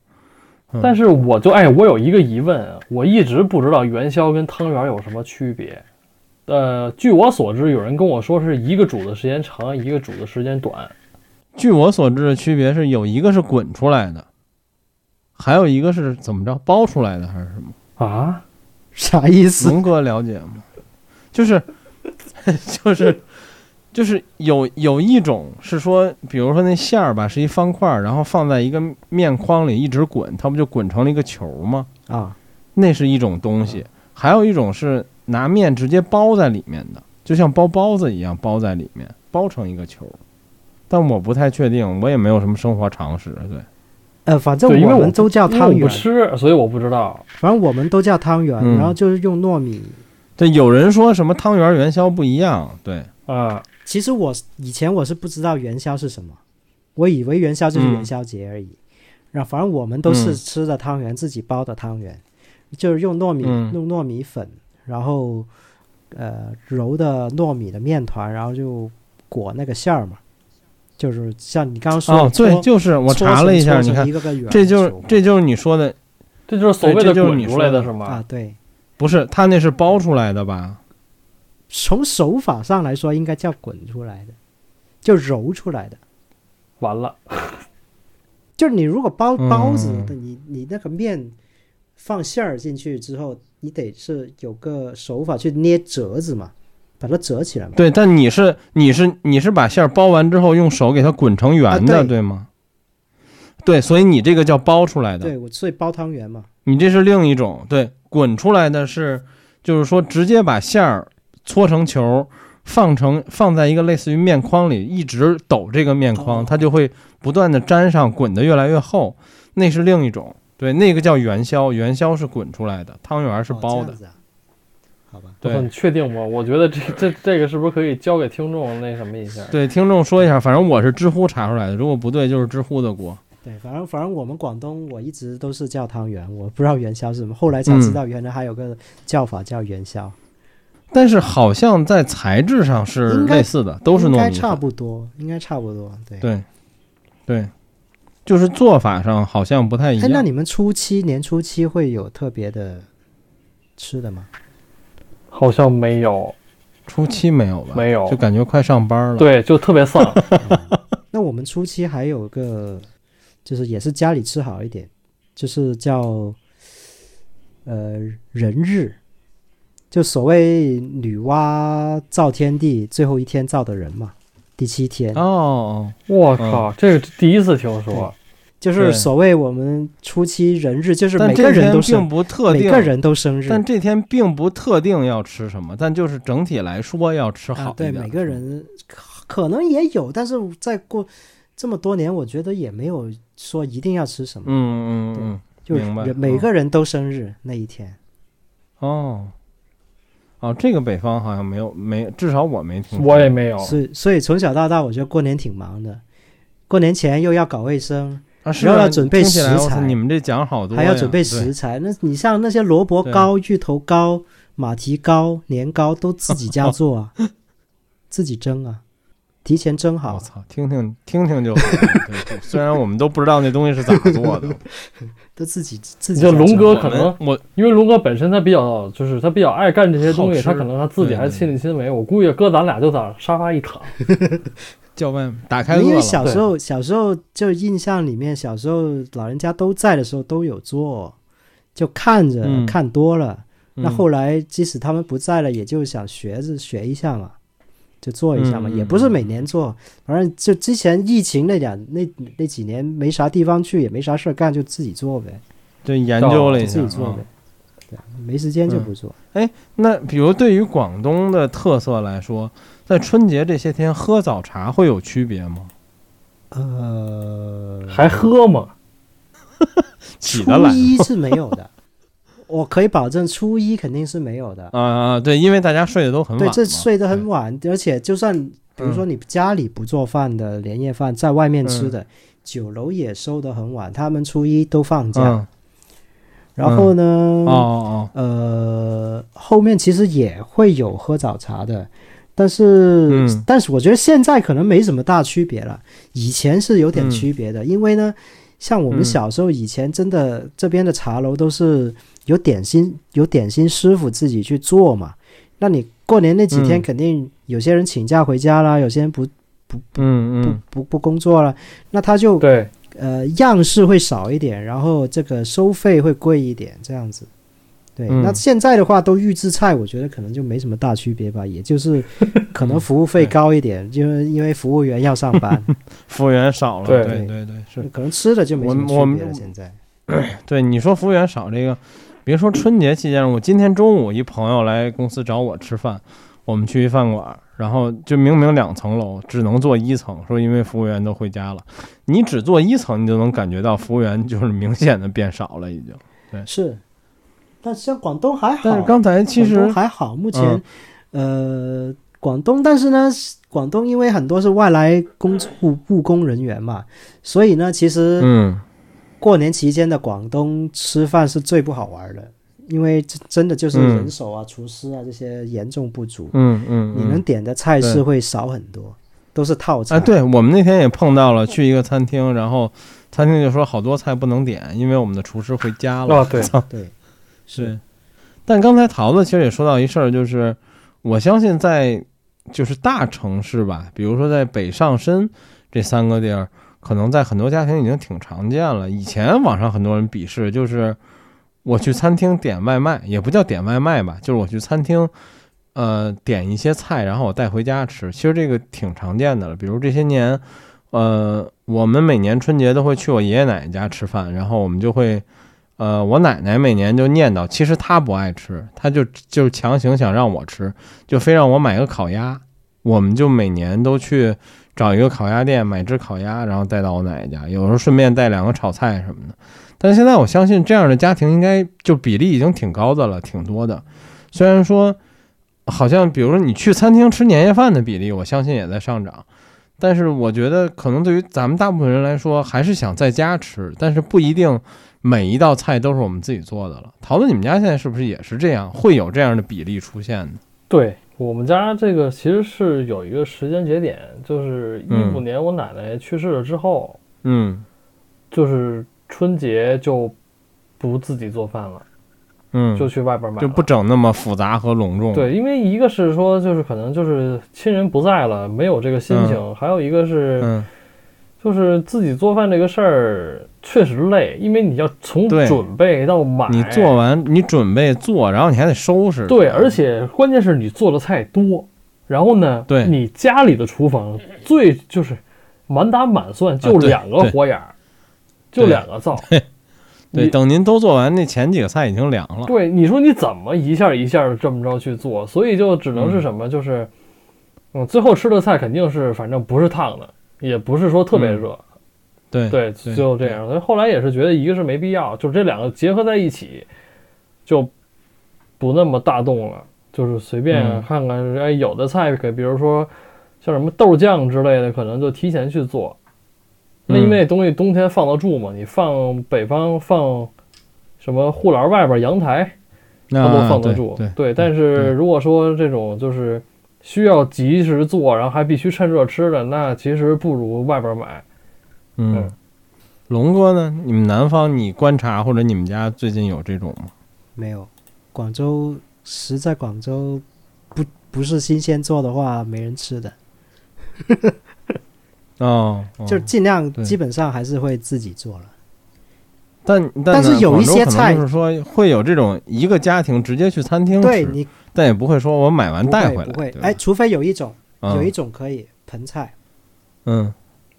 Speaker 2: 但是我就哎，我有一个疑问啊，我一直不知道元宵跟汤圆有什么区别。呃，据我所知，有人跟我说是一个煮的时间长，一个煮的时间短。
Speaker 1: 据我所知的区别是有一个是滚出来的，还有一个是怎么着包出来的还是什么？
Speaker 2: 啊，
Speaker 3: 啥意思？
Speaker 1: 龙哥了解吗？就是 就是就是有有一种是说，比如说那馅儿吧，是一方块儿，然后放在一个面筐里一直滚，它不就滚成了一个球吗？
Speaker 3: 啊，
Speaker 1: 那是一种东西，还有一种是拿面直接包在里面的，就像包包子一样包在里面，包成一个球。但我不太确定，我也没有什么生活常识。对，
Speaker 3: 呃，反正
Speaker 2: 对因为
Speaker 3: 我
Speaker 2: 我
Speaker 3: 们都叫
Speaker 2: 因为
Speaker 3: 汤
Speaker 2: 我不
Speaker 3: 圆，
Speaker 2: 吃，所以我不知道。
Speaker 3: 反正我们都叫汤圆，
Speaker 1: 嗯
Speaker 3: 然后就是用糯米。
Speaker 1: 对，有人说什么汤圆儿元宵不一样，对，
Speaker 2: 啊，
Speaker 3: 其实我以前我是不知道元宵是什么，我以为元宵就是
Speaker 1: 嗯
Speaker 3: 元宵节而已。然后反正我们都是
Speaker 1: 嗯
Speaker 3: 吃的汤圆，自己包的汤圆，就是用糯米、
Speaker 1: 嗯
Speaker 3: 用糯米粉，然后呃揉的糯米的面团，然后就裹那个馅儿嘛，就是像你刚刚说的
Speaker 1: 哦，对，
Speaker 3: 搓
Speaker 1: 就是我
Speaker 3: 搓
Speaker 1: 查了
Speaker 3: 成
Speaker 1: 一下，
Speaker 3: 搓
Speaker 1: 你
Speaker 3: 成
Speaker 1: 看
Speaker 3: 一，个个圆
Speaker 1: 这就是
Speaker 3: 球
Speaker 1: 这就是你说的，
Speaker 2: 这就是所谓
Speaker 1: 对这
Speaker 2: 的
Speaker 1: 就是
Speaker 2: 滚
Speaker 1: 你
Speaker 2: 出来的
Speaker 1: 说
Speaker 2: 是吗
Speaker 3: 啊，？对，
Speaker 1: 不是他那是包出来的吧？
Speaker 3: 从手法上来说应该叫滚出来的，就揉出来的。
Speaker 2: 完了，
Speaker 3: 就是你如果包
Speaker 1: 嗯
Speaker 3: 包子，你你那个面放馅儿进去之后，你得是有个手法去捏折子嘛，把它折起来嘛。
Speaker 1: 对，但你是你是你是把馅儿包完之后用手给它滚成圆的，
Speaker 3: 啊对
Speaker 1: 对吗？对，所以你这个叫包出来的，
Speaker 3: 对，我所以包汤圆嘛，
Speaker 1: 你这是另一种。对，滚出来的是，就是说直接把馅儿搓成球，放成放在一个类似于面筐里，一直抖这个面筐，
Speaker 3: 哦
Speaker 1: 它就会不断的粘上，滚得越来越厚。那是另一种，对，那个叫元宵，元宵是滚出来的，汤圆儿是
Speaker 3: 哦
Speaker 1: 包
Speaker 3: 这
Speaker 1: 的
Speaker 3: 样。子啊，好吧。
Speaker 2: 我
Speaker 1: 对
Speaker 2: 很确定吗？我觉得这这这个是不是可以交给听众那什么一下？
Speaker 1: 对，听众说一下，反正我是知乎查出来的，如果不对就是知乎的锅。
Speaker 3: 对，反正反正我们广东我一直都是叫汤圆，我不知道元宵是什么，后来才知
Speaker 1: 嗯
Speaker 3: 道原来还有个叫法叫元宵，
Speaker 1: 但是好像在材质上是
Speaker 3: 应该
Speaker 1: 类似的，都是
Speaker 3: 应
Speaker 1: 糯
Speaker 3: 该
Speaker 1: 米
Speaker 3: 差
Speaker 1: 粉。
Speaker 3: 不多，应该差不多。对。
Speaker 1: 对，对，就是做法上好像不太一
Speaker 3: 哎，那
Speaker 1: 样。
Speaker 3: 你们初期年初七会有特别的吃的吗？
Speaker 2: 好像没有，
Speaker 1: 初期没有吧？
Speaker 2: 没有
Speaker 1: 就感觉快上班了。，
Speaker 2: 对，就特 别丧。
Speaker 3: 那我们初期还有个，就是也是家里吃好一点，就是叫呃人日，就所谓女娲造天地最后一天造的人嘛，第七天，
Speaker 1: 哦，
Speaker 2: 我靠，这是第一次听说。
Speaker 3: 就
Speaker 1: 对
Speaker 3: 是所谓我们初期人日，就是
Speaker 1: 但
Speaker 3: 每
Speaker 1: 这
Speaker 3: 个人
Speaker 1: 天
Speaker 3: 都
Speaker 1: 并
Speaker 3: 生，
Speaker 1: 不特
Speaker 3: 每
Speaker 1: 定，
Speaker 3: 个人都生日，
Speaker 1: 但这天并不特定要吃什么，但就是整体来说要吃好
Speaker 3: 啊
Speaker 1: 一，
Speaker 3: 对
Speaker 1: 点。
Speaker 3: 每个人可可能也有，但是在过这么多年，我觉得也没有说一定要吃什么，
Speaker 1: 嗯，嗯嗯
Speaker 3: 对
Speaker 1: 嗯，
Speaker 3: 就是
Speaker 1: 明白
Speaker 3: 人每个人都生日那一天。
Speaker 1: 哦，哦，这个北方好像没有，没，至少我没听说。
Speaker 2: 我也没有，
Speaker 3: 所以，所以从小到大，我觉得过年挺忙的。过年前又要搞卫生，
Speaker 1: 啊，是
Speaker 3: 然后
Speaker 1: 啊
Speaker 3: 要准备
Speaker 1: 听起来
Speaker 3: 食
Speaker 1: 我操
Speaker 3: 材
Speaker 1: 你们这讲好多呀，
Speaker 3: 还要准备
Speaker 1: 对
Speaker 3: 食材。那你像那些萝卜糕、芋头糕、马蹄糕、年糕，都自己家做 啊，自己蒸啊，提前蒸好
Speaker 1: 我。操，听听听听就好了。对虽然我们都不知道那东西是咋做的，
Speaker 3: 都自己自
Speaker 2: 你
Speaker 3: 己
Speaker 2: 就
Speaker 3: 家做。
Speaker 2: 龙哥
Speaker 1: 我
Speaker 2: 可
Speaker 1: 们
Speaker 2: 能
Speaker 1: 我
Speaker 2: 因为龙哥本身他比较就是他比较爱干这些东西，
Speaker 1: 好吃嗯
Speaker 2: 他可能他自己
Speaker 1: 对
Speaker 2: 还
Speaker 1: 对
Speaker 2: 亲力亲为。我估计哥咱俩就在沙发一躺，
Speaker 1: 叫外卖打开饿
Speaker 3: 因为
Speaker 1: 了，
Speaker 3: 小时候，小时候就印象里面，小时候老人家都在的时候都有做，就看着、
Speaker 1: 嗯
Speaker 3: 看多了。那
Speaker 1: 嗯
Speaker 3: 后来即使他们不在了，也就想学着学一下嘛，就做一下嘛，
Speaker 1: 嗯
Speaker 3: 也不是每年做，反正就之前疫情那两那那几年没啥地方去，也没啥事儿干，就自己做呗，
Speaker 1: 就研究了一下
Speaker 3: 自己做
Speaker 1: 啊
Speaker 3: 呗。。对，没时
Speaker 1: 嗯
Speaker 3: 间就不做。
Speaker 1: 那比如对于广东的特色来说，在春节这些天喝早茶会有区别吗？嗯
Speaker 3: 呃，
Speaker 2: 还喝吗？
Speaker 1: 起得
Speaker 3: 初
Speaker 1: 来
Speaker 3: 一是没有的， 我可以保证初一肯定是没有的。
Speaker 1: 啊啊，对，因为大家睡得都很晚嗯
Speaker 3: 对，
Speaker 1: 嘛，
Speaker 3: 这睡得很晚，而且就算比如说你家里不做饭的年夜饭，在外面
Speaker 1: 嗯
Speaker 3: 吃的，酒楼也收得很晚，他们初一都放假。
Speaker 1: 嗯，
Speaker 3: 然后呢，
Speaker 1: 哦哦
Speaker 3: 呃，后面其实也会有喝早茶的，但是、
Speaker 1: 嗯
Speaker 3: 但是我觉得现在可能没什么大区别了，以前是有点区别的，因为呢，像我们
Speaker 1: 嗯
Speaker 3: 小时候以前真的、这边的茶楼都是有点心有点心师傅自己去做嘛，那你过年那几天
Speaker 1: 嗯
Speaker 3: 肯定有些人请假回家啦，有些人不不
Speaker 1: 嗯
Speaker 3: 不
Speaker 1: 嗯，
Speaker 3: 不不工作了，那他就
Speaker 2: 对，
Speaker 3: 呃样式会少一点，然后这个收费会贵一点，这样子。对，
Speaker 1: 嗯
Speaker 3: 那现在的话都预制菜，我觉得可能就没什么大区别吧，也就是 可能服务费
Speaker 1: 对
Speaker 3: 高一点，就是因为服务员要上班，
Speaker 1: 服务员少了，
Speaker 2: 对
Speaker 1: 对对对，是
Speaker 3: 可能吃的就没
Speaker 1: 我
Speaker 3: 什么
Speaker 1: 们我
Speaker 3: 区
Speaker 1: 们
Speaker 3: 别了。现在，
Speaker 1: 对你说服务员少这个，别说春节期间，我今天中午一朋友来公司找我吃饭，我们去一饭馆，然后就明明两层楼只能坐一层，说因为服务员都回家了，你只坐一层，你就能感觉到服务员就是明显的变少了，已经。
Speaker 3: 是，但像广东还好，
Speaker 1: 但是刚才其
Speaker 3: 广
Speaker 1: 实嗯
Speaker 3: 东还好，目前、呃广东，但是呢，广东因为很多是外来工作务务工人员嘛，所以呢，其实
Speaker 1: 嗯，
Speaker 3: 过年期间的广东吃饭是最不好玩的，因为真真的就是
Speaker 1: 嗯
Speaker 3: 人手啊、厨师啊这些严重不足，
Speaker 1: 嗯嗯，
Speaker 3: 你能点的菜式会少很多，都是套餐。
Speaker 1: 哎，对我们那天也碰到了，去一个餐厅，然后餐厅就说好多菜不能点，因为我们的厨师回家了。
Speaker 2: 啊对，
Speaker 3: 对，
Speaker 1: 对，但刚才桃子其实也说到一事儿，就是我相信在就是大城市吧，比如说在北上深这三个地儿，可能在很多家庭已经挺常见了。以前网上很多人鄙视，就是我去餐厅点外卖，也不叫点外卖吧，就是我去餐厅。呃，点一些菜，然后我带回家吃。其实这个挺常见的了。比如这些年，呃，我们每年春节都会去我爷爷奶奶家吃饭，然后我们就会呃，我奶奶每年就念叨，其实她不爱吃，她就就强行想让我吃，就非让我买个烤鸭。我们就每年都去找一个烤鸭店买只烤鸭，然后带到我奶奶家，有时候顺便带两个炒菜什么的。但现在我相信这样的家庭应该就比例已经挺高的了，挺多的。虽然说好像比如说你去餐厅吃年夜饭的比例，我相信也在上涨。但是我觉得，可能对于咱们大部分人来说，还是想在家吃，但是不一定每一道菜都是我们自己做的了。桃子，你们家现在是不是也是这样？会有这样的比例出现的？
Speaker 2: 对我们家这个其实是有一个时间节点，就是一
Speaker 1: 嗯
Speaker 2: 五年我奶奶去世了之后，
Speaker 1: 嗯
Speaker 2: 就是春节就不自己做饭了，
Speaker 1: 嗯，
Speaker 2: 就去外边买
Speaker 1: 就
Speaker 2: 了。
Speaker 1: 不整那么复杂和隆重。，
Speaker 2: 对，因为一个是说就是可能就是亲人不在了，没有这个心情；还有一个是
Speaker 1: 嗯，
Speaker 2: 就是自己做饭这个事儿确实累，因为你要从
Speaker 1: 对
Speaker 2: 准备到买，
Speaker 1: 你做完，你准备做，然后你还得收拾。
Speaker 2: 对，而且关键是你做的菜多，然后呢，
Speaker 1: 对
Speaker 2: 你家里的厨房最就是满打满算就
Speaker 1: 对
Speaker 2: 两个
Speaker 1: 对
Speaker 2: 火眼儿，就
Speaker 1: 对
Speaker 2: 两个灶。
Speaker 1: 对，
Speaker 2: 你
Speaker 1: 等您都做完，那前几个菜已经凉了。
Speaker 2: 对，你说你怎么一下一下这么着去做？所以就只能是什么，就是，嗯，最后吃的菜肯定是反正不是烫的，也不是说特别
Speaker 1: 嗯
Speaker 2: 热，
Speaker 1: 对
Speaker 2: 对，
Speaker 1: 对
Speaker 2: 就这样。所以后来也是觉得一个是没必要，就是这两个结合在一起，就不那么大动了，就是随便
Speaker 1: 嗯
Speaker 2: 看看。哎，有的菜可比如说像什么豆酱之类的，可能就提前去做。
Speaker 1: 嗯
Speaker 2: 那因为东西冬天放得住嘛，你放北方放什么护栏外边阳台，
Speaker 1: 那
Speaker 2: 它都放得住。
Speaker 1: 啊对，
Speaker 2: 但是
Speaker 1: 嗯
Speaker 2: 如果说这种就是需要及时做，然后还必须趁热吃的，那其实不如外边买。
Speaker 1: 嗯
Speaker 2: 嗯。
Speaker 1: 龙哥呢？你们南方，你观察或者你们家最近有这种吗？
Speaker 3: 没有广州，实在广州不不是新鲜做的话，没人吃的，
Speaker 1: 哦，哦
Speaker 3: 就尽量
Speaker 1: 对
Speaker 3: 基本上还是会自己做了。
Speaker 1: 但但
Speaker 3: 但是
Speaker 1: 呢
Speaker 3: 有
Speaker 1: 广
Speaker 3: 一
Speaker 1: 州
Speaker 3: 些
Speaker 1: 可能
Speaker 3: 菜
Speaker 1: 就是说会有这种一个家庭直接去餐厅
Speaker 3: 对
Speaker 1: 吃，
Speaker 3: 你
Speaker 1: 但也不会说我买完
Speaker 3: 不
Speaker 1: 带
Speaker 3: 会
Speaker 1: 回来，
Speaker 3: 不会
Speaker 1: 对，吧
Speaker 3: 哎，除非有一种
Speaker 1: 嗯
Speaker 3: 有一种可以盆菜，
Speaker 1: 嗯，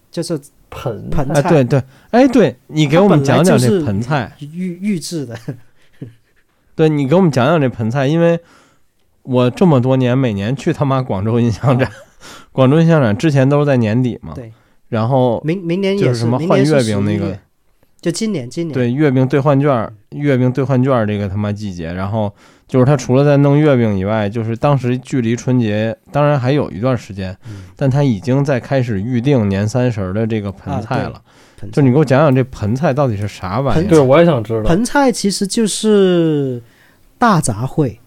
Speaker 3: 就是
Speaker 2: 盆
Speaker 3: 盆
Speaker 1: 哎，
Speaker 3: 菜
Speaker 1: 对对，哎，对你给我们
Speaker 3: 它本
Speaker 1: 讲
Speaker 3: 来
Speaker 1: 讲
Speaker 3: 就
Speaker 1: 这
Speaker 3: 是
Speaker 1: 盆菜，
Speaker 3: 预预制的，
Speaker 1: 对你给我们讲讲这盆菜，因为我这么多年每年去他妈广州音像展，广州音像展之前都是在年底嘛，
Speaker 3: 嗯对，
Speaker 1: 然后
Speaker 3: 明明年
Speaker 1: 就
Speaker 3: 也
Speaker 1: 是什么
Speaker 3: 明
Speaker 1: 换
Speaker 3: 年是
Speaker 1: 月饼那
Speaker 3: 11
Speaker 1: 个
Speaker 3: 月，就今年今年嗯
Speaker 1: 对月饼兑换券儿，月饼兑换券儿这个他妈季节，然后就是他除了在弄月饼以外，就是当时距离春节当然还有一段时间，
Speaker 3: 嗯
Speaker 1: 但他已经在开始预定年三十儿的这个盆
Speaker 3: 啊
Speaker 1: 菜
Speaker 3: 对
Speaker 1: 了。
Speaker 3: 盆
Speaker 1: 就
Speaker 3: 菜
Speaker 1: 你给我讲讲这盆菜到底是啥玩意
Speaker 3: 盆
Speaker 1: 儿？
Speaker 2: 对，我也想知道。
Speaker 3: 盆菜其实就是大杂烩，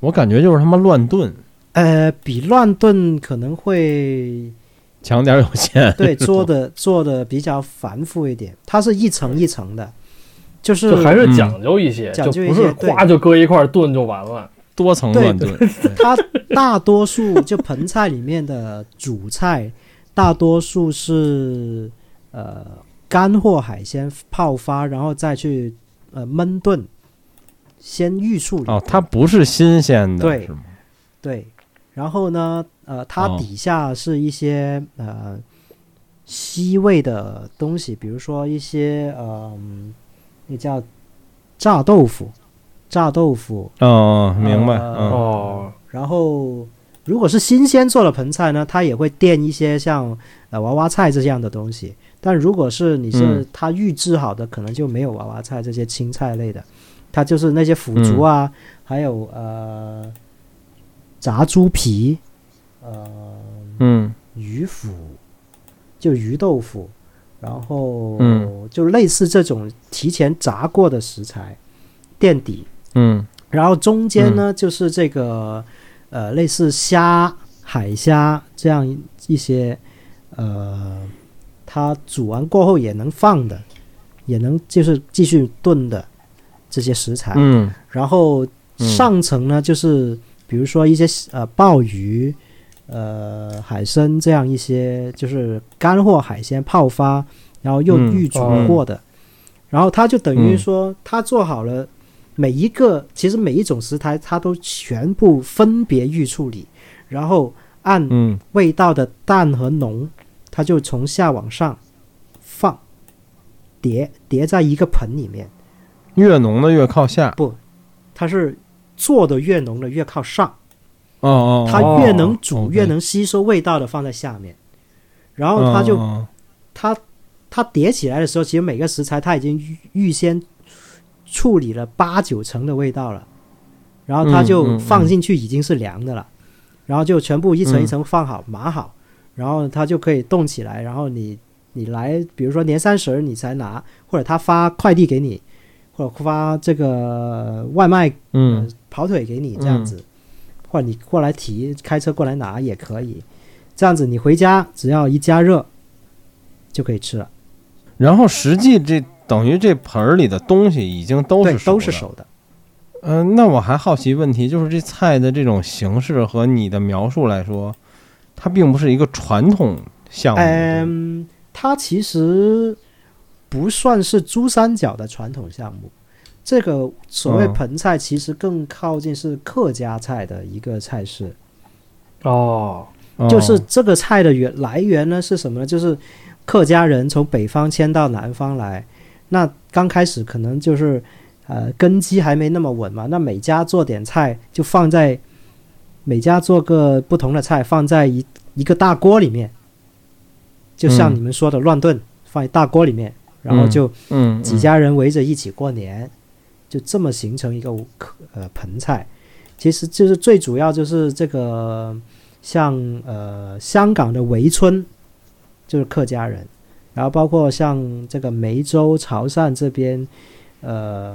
Speaker 1: 我感觉就是他妈乱炖，
Speaker 3: 呃，比乱炖可能会
Speaker 1: 强点儿有限。
Speaker 3: 对做的做的比较繁复一点，它是一层一层的，就是
Speaker 2: 就还是
Speaker 1: 嗯
Speaker 2: 讲究一些，
Speaker 3: 讲
Speaker 2: 就
Speaker 3: 究一
Speaker 2: 不是
Speaker 3: 些对
Speaker 2: 夸就搁一块儿炖就完了。
Speaker 1: 多层乱炖，
Speaker 3: 它大多数就盆菜里面的主菜，大多数是呃干货海鲜泡发，然后再去呃焖炖，先预处理。
Speaker 1: 哦，它不是新鲜的，
Speaker 3: 对
Speaker 1: 是吗？
Speaker 3: 对，然后呢，呃，它
Speaker 1: 哦
Speaker 3: 底下是一些、呃西味的东西，比如说一些呃，嗯那叫炸豆腐，炸豆腐。
Speaker 1: 哦，明白，
Speaker 3: 呃
Speaker 1: 嗯，
Speaker 2: 哦，
Speaker 3: 然后如果是新鲜做的盆菜呢，它也会垫一些像呃娃娃菜这样的东西。但如果是你是
Speaker 1: 嗯
Speaker 3: 它预制好的，可能就没有娃娃菜这些青菜类的，它就是那些腐竹啊，还有呃炸猪皮，呃
Speaker 1: 嗯，
Speaker 3: 鱼腐，就鱼豆腐，然后
Speaker 1: 嗯
Speaker 3: 就类似这种提前炸过的食材垫底，
Speaker 1: 嗯，
Speaker 3: 然后中间呢，就是这个呃，类似虾、海虾这样一些呃，它煮完过后也能放的，也能就是继续炖的这些食材。
Speaker 1: 嗯，
Speaker 3: 然后
Speaker 1: 嗯
Speaker 3: 上层呢，就是比如说一些呃鲍鱼、呃海参这样一些，就是干货海鲜泡发，然后又
Speaker 1: 嗯
Speaker 3: 预煮
Speaker 2: 哦
Speaker 3: 过的。然后它就等于
Speaker 1: 嗯
Speaker 3: 说，它做好了每一个，其实每一种食材它都全部分别预处理，然后按
Speaker 1: 嗯，
Speaker 3: 味道的淡和浓，它就从下往上放，叠叠在一个盆里面。
Speaker 1: 越浓的越靠下，
Speaker 3: 它是做的越浓的越靠上，
Speaker 1: 哦哦，
Speaker 3: 它
Speaker 1: 哦
Speaker 3: 越能煮、
Speaker 1: OK
Speaker 3: 越能吸收味道的放在下面，然后它就、
Speaker 1: 哦
Speaker 3: 它它叠起来的时候，其实每个食材它已经预预先处理了八九成的味道了，然后它
Speaker 1: 嗯
Speaker 3: 就
Speaker 1: 嗯
Speaker 3: 放
Speaker 1: 嗯
Speaker 3: 进去已经是凉的了，然后就全部一层一
Speaker 1: 嗯
Speaker 3: 层放好、码好，然后它就可以冻起来，然后你你来，比如说年三十儿你才拿，或者他发快递给你，或者发这个外卖
Speaker 1: 嗯
Speaker 3: 呃跑腿给你这样子，或者你过来提，开车过来拿也可以。这样子你回家只要一加热就可以吃了，
Speaker 1: 然后实际这等于这盆儿里的东西已经都
Speaker 3: 对
Speaker 1: 是，
Speaker 3: 都是
Speaker 1: 熟的。
Speaker 3: 熟的。
Speaker 1: 嗯、那我还好奇问题，就是这菜的这种形式和你的描述来说，它并不是一个传统项目。对吧
Speaker 3: 嗯，它其实不算是珠三角的传统项目，这个所谓
Speaker 1: 嗯
Speaker 3: 盆菜其实更靠近是客家菜的一个菜式。
Speaker 2: 哦，
Speaker 1: 哦
Speaker 3: 就是这个菜的原来源呢是什么呢？就是客家人从北方迁到南方来，那刚开始可能就是呃根基还没那么稳嘛，那每家做点菜就放在每家做个不同的菜放在一一个大锅里面，就像
Speaker 1: 嗯
Speaker 3: 你们说的乱炖，放一大锅里面，然后
Speaker 1: 嗯
Speaker 3: 就
Speaker 1: 嗯，
Speaker 3: 几家人围着一起过年，就这么形成一个可呃盆菜。其实就是最主要就是这个像呃香港的围村，就是客家人，然后包括像这个梅州、潮汕这边，呃，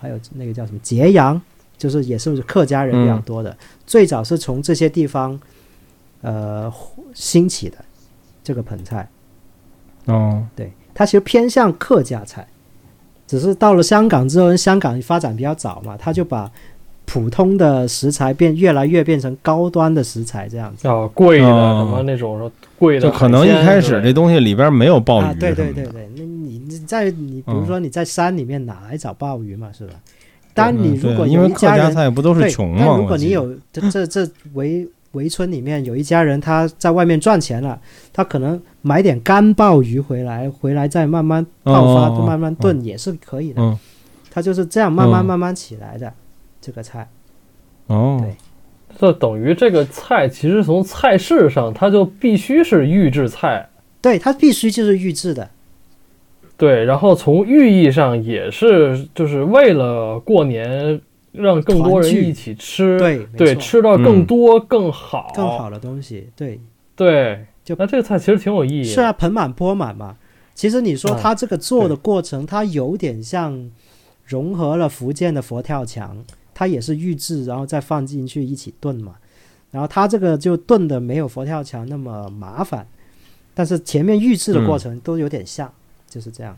Speaker 3: 还有那个叫什么揭阳，就是也是客家人比较
Speaker 1: 嗯
Speaker 3: 多的。最早是从这些地方呃兴起的这个盆菜。
Speaker 1: 嗯哦，
Speaker 3: 对，它其实偏向客家菜，只是到了香港之后，香港发展比较早嘛，它就把普通的食材变越来越变成高端的食材这样子。
Speaker 2: 啊，贵的
Speaker 1: 哦
Speaker 2: 什么那种贵的
Speaker 1: 就
Speaker 2: 海鲜
Speaker 1: 可能
Speaker 2: 之类的，
Speaker 1: 一开始这东西里边没有鲍鱼、
Speaker 3: 啊，对对对，对，那你你在你
Speaker 1: 嗯
Speaker 3: 比如说你在山里面哪来找鲍鱼嘛，是吧？当你
Speaker 1: 嗯
Speaker 3: 如果
Speaker 1: 对因
Speaker 3: 有
Speaker 1: 为
Speaker 3: 一
Speaker 1: 客
Speaker 3: 家
Speaker 1: 家
Speaker 3: 人
Speaker 1: 菜不都是
Speaker 3: 对，
Speaker 1: 穷
Speaker 3: 但
Speaker 1: 吗？
Speaker 3: 如果
Speaker 1: 我记得
Speaker 3: 你有这这这围围村里面有一家人他在外面赚钱了，他可能买点干鲍鱼回来，回来再慢慢泡发，
Speaker 1: 哦哦哦
Speaker 3: 慢慢炖也是可以的。
Speaker 1: 嗯
Speaker 3: 他就是这样慢慢
Speaker 1: 嗯
Speaker 3: 慢慢起来的、这个菜。
Speaker 1: 哦
Speaker 3: 对
Speaker 2: 这等于这个菜其实从菜市上它就必须是预制菜，
Speaker 3: 对，它必须就是预制的，
Speaker 2: 对，然后从寓意上也是就是为了过年让更多人
Speaker 3: 团聚
Speaker 2: 一起吃，
Speaker 3: 对没错
Speaker 2: 吃到更多更好，
Speaker 3: 更好的东西。对，
Speaker 2: 对，
Speaker 3: 就
Speaker 2: 那这个菜其实挺有意义的，
Speaker 3: 是啊，盆满钵满嘛。其实你说
Speaker 1: 嗯
Speaker 2: 啊
Speaker 3: 它这个做的
Speaker 2: 对
Speaker 3: 过程，它有点像融合了福建的佛跳墙，它也是预制，然后再放进去一起炖嘛。然后它这个就炖的没有佛跳墙那么麻烦，但是前面预
Speaker 1: 嗯
Speaker 3: 制的过程都有点像，就是这样。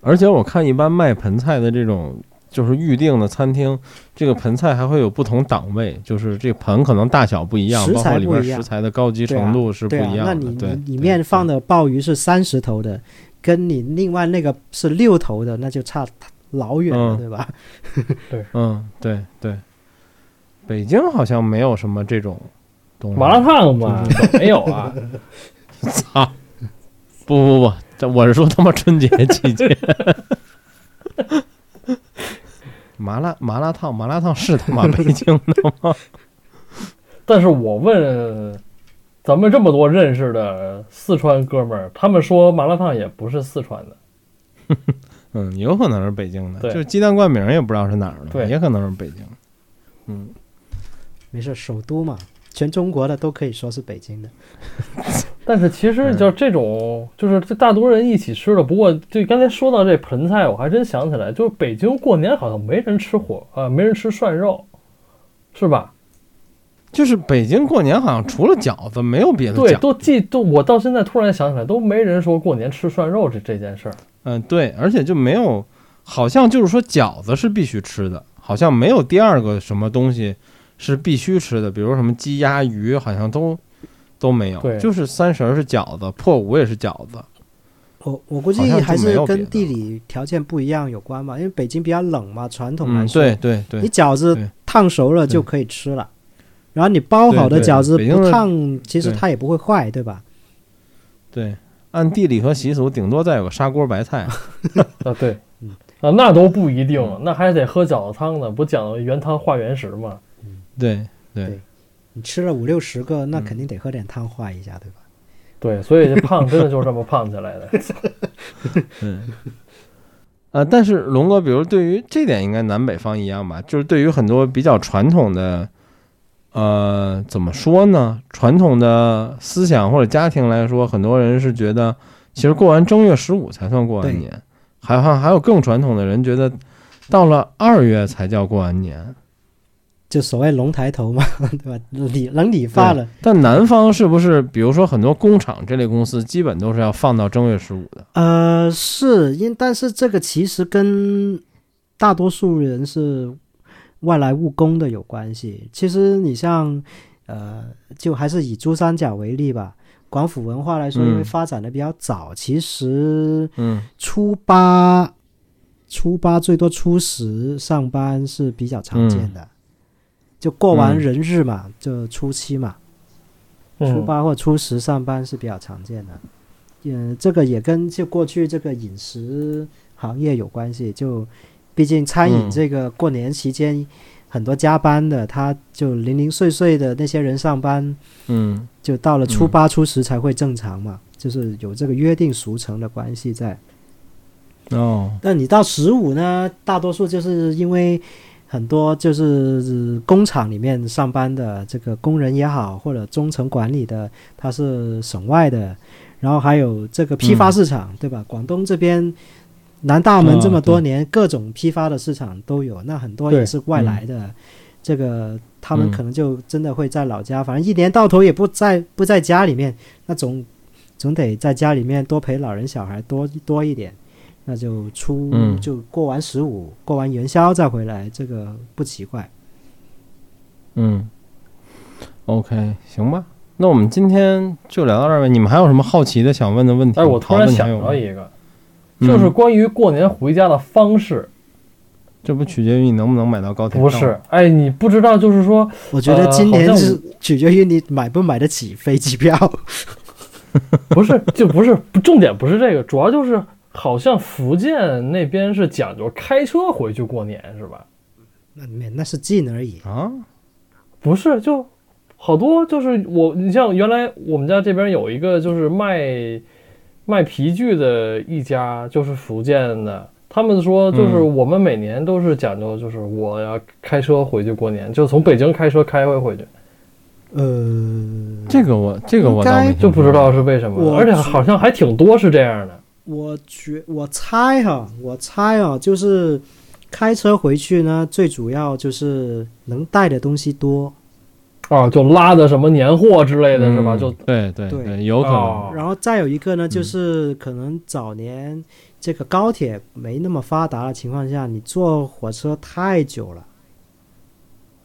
Speaker 1: 而且我看一般卖盆菜的这种就是预定的餐厅，这个盆菜还会有不同档位，就是这盆可能大小不一样，
Speaker 3: 食材
Speaker 1: 包括里边
Speaker 3: 不一样
Speaker 1: 食材的高级
Speaker 3: 对啊
Speaker 1: 程度是不
Speaker 3: 对啊
Speaker 1: 一，样
Speaker 3: 那
Speaker 1: 的。
Speaker 3: 你
Speaker 1: 对
Speaker 3: 你里面放的鲍鱼是三十头的，跟你另外那个是六头的，那就差老远了，
Speaker 1: 嗯
Speaker 3: 对吧？
Speaker 1: 嗯，对对，北京好像没有什么这种东西。
Speaker 2: 麻辣烫 嘛，没有啊，
Speaker 1: 操！不不不，这我是说他妈春节期间。 麻辣麻辣烫，麻辣烫是他妈北京 的吗？
Speaker 2: 但是我问咱们这么多认识的四川哥们儿，他们说麻辣烫也不是四川的，
Speaker 1: 嗯，有可能是北京的，
Speaker 2: 对
Speaker 1: 就是鸡蛋灌饼也不知道是哪儿的，
Speaker 2: 对
Speaker 1: 也可能是北京的。嗯，
Speaker 3: 没事，首都嘛，全中国的都可以说是北京的。
Speaker 2: 但是其实就这种，就是这大多人一起吃的。不过，就刚才说到这盆菜，我还真想起来，就是北京过年好像没人吃火，呃，没人吃涮肉，是吧？
Speaker 1: 就是北京过年好像除了饺子没有别的
Speaker 2: 对，
Speaker 1: 饺。
Speaker 2: 都记都，我到现在突然想起来，都没人说过年吃涮肉这这件事儿。
Speaker 1: 嗯，对，而且就没有，好像就是说饺子是必须吃的，好像没有第二个什么东西是必须吃的，比如什么鸡、鸭、鱼，好像都都没有。
Speaker 2: 对
Speaker 1: 就是三十儿是饺子，破五也是饺子。
Speaker 3: 我我估计
Speaker 1: 好像就
Speaker 3: 还
Speaker 1: 没
Speaker 3: 是
Speaker 1: 有别
Speaker 3: 跟
Speaker 1: 的
Speaker 3: 地理条件不一样有关吧，因为北京比较冷嘛，传统来
Speaker 1: 嗯，
Speaker 3: 说，
Speaker 1: 对对对
Speaker 3: 你，饺子
Speaker 1: 对
Speaker 3: 烫熟了就可以吃了，然后你包好的
Speaker 1: 对对
Speaker 3: 饺子
Speaker 1: 北京
Speaker 3: 不
Speaker 1: 的
Speaker 3: 烫，其实
Speaker 1: 对
Speaker 3: 它也不会坏，对吧？
Speaker 1: 对，按地理和习俗，顶多再有个砂锅白菜。
Speaker 2: 啊，对
Speaker 3: 嗯，
Speaker 2: 啊，那都不一定，那还得喝饺子汤呢，不讲究原汤化原食嘛。
Speaker 1: 对对
Speaker 3: 对你吃了五六十个，那
Speaker 1: 嗯
Speaker 3: 肯定得喝点汤化一下，对吧？
Speaker 2: 对，所以这胖真的就是这么胖起来的。
Speaker 1: 嗯，呃，但是龙哥，比如对于这点，应该南北方一样吧？就是对于很多比较传统的，呃，怎么说呢？传统的思想或者家庭来说，很多人是觉得，其实过完正月十五才算过完
Speaker 3: 对
Speaker 1: 年，还还还有更传统的人觉得，到了二月才叫过完年。
Speaker 3: 就所谓龙抬头嘛， 对吧？理能理发了，
Speaker 1: 但南方是不是，比如说很多工厂这类公司，基本都是要放到正月十五的？
Speaker 3: 呃，是因，但是这个其实跟大多数人是外来务工的有关系。其实你像，呃，就还是以珠三角为例吧，广府文化来说，因为
Speaker 1: 嗯
Speaker 3: 发展的比较早，其实
Speaker 1: 嗯
Speaker 3: 初八、初八最多初十上班是比较常见的，就过完
Speaker 1: 嗯
Speaker 3: 人日嘛，就初七嘛。初
Speaker 2: 嗯，
Speaker 3: 八或初十上班是比较常见的。嗯，这个也跟就过去这个饮食行业有关系，就毕竟餐饮
Speaker 1: 嗯
Speaker 3: 这个过年期间很多加班的，他就零零碎碎的那些人上班，
Speaker 1: 嗯
Speaker 3: 就到了初
Speaker 1: 嗯
Speaker 3: 八初十才会正常嘛，就是有这个约定俗成的关系在。
Speaker 1: 哦
Speaker 3: 那你到十五呢，大多数就是因为很多就是呃工厂里面上班的这个工人也好，或者中层管理的，他是省外的，然后还有这个批发市场，对吧？广东这边南大门这么多年，各种批发的市场都有，那很多也
Speaker 2: 对
Speaker 3: 是外来的。这个他们可能就真的会在老家，反正一年到头也不在不在家里面，那总总得在家里面多陪老人小孩多多一点，那就初、
Speaker 1: 嗯
Speaker 3: 就过完十五，过完元宵再回来，这个不奇怪。
Speaker 1: 嗯，OK，行吧。那我们今天就聊到这儿呗。你们还有什么好奇的、想问的问题？
Speaker 2: 但哎是我突
Speaker 1: 桃
Speaker 2: 然
Speaker 1: 子你还
Speaker 2: 想
Speaker 1: 有
Speaker 2: 到
Speaker 1: 吗
Speaker 2: 一个，就是
Speaker 1: 嗯
Speaker 2: 关于过年回家的方式。
Speaker 1: 这不取决于你能不能买到高铁
Speaker 2: 不
Speaker 1: 票
Speaker 2: 是，哎，你不知道，就是说，
Speaker 3: 我觉得
Speaker 2: 呃
Speaker 3: 今
Speaker 2: 好
Speaker 3: 年
Speaker 2: 像
Speaker 3: 是取决于你买不买得起飞机票。
Speaker 2: 不是， 就不是，不重点不是这个，主要就是好像福建那边是讲究开车回去过年，是吧？
Speaker 3: 那那是近而已，
Speaker 1: 啊？
Speaker 2: 不是，就好多就是我，你像原来我们家这边有一个就是卖卖皮具的一家，就是福建的。他们说，就是
Speaker 1: 嗯
Speaker 2: 我们每年都是讲究，就是我要开车回去过年，就从北京开车开回回去，
Speaker 3: 呃，
Speaker 1: 这个我这个我倒
Speaker 3: 应该
Speaker 1: 没
Speaker 2: 就
Speaker 1: 听
Speaker 2: 不
Speaker 1: 说
Speaker 2: 知道是为什么
Speaker 3: 我
Speaker 2: 了，而且好像还挺多是这样的。
Speaker 3: 我觉我猜哈，我猜啊，就是开车回去呢，最主要就是能带的东西多，
Speaker 2: 啊，就拉的什么年货之类的，是吧？
Speaker 1: 嗯
Speaker 2: 就
Speaker 1: 对对
Speaker 3: 对
Speaker 1: 对，有可能
Speaker 2: 哦
Speaker 3: 然后再有一个呢，就
Speaker 1: 嗯
Speaker 3: 是可能早年这个高铁没那么发达的情况下，你坐火车太久了。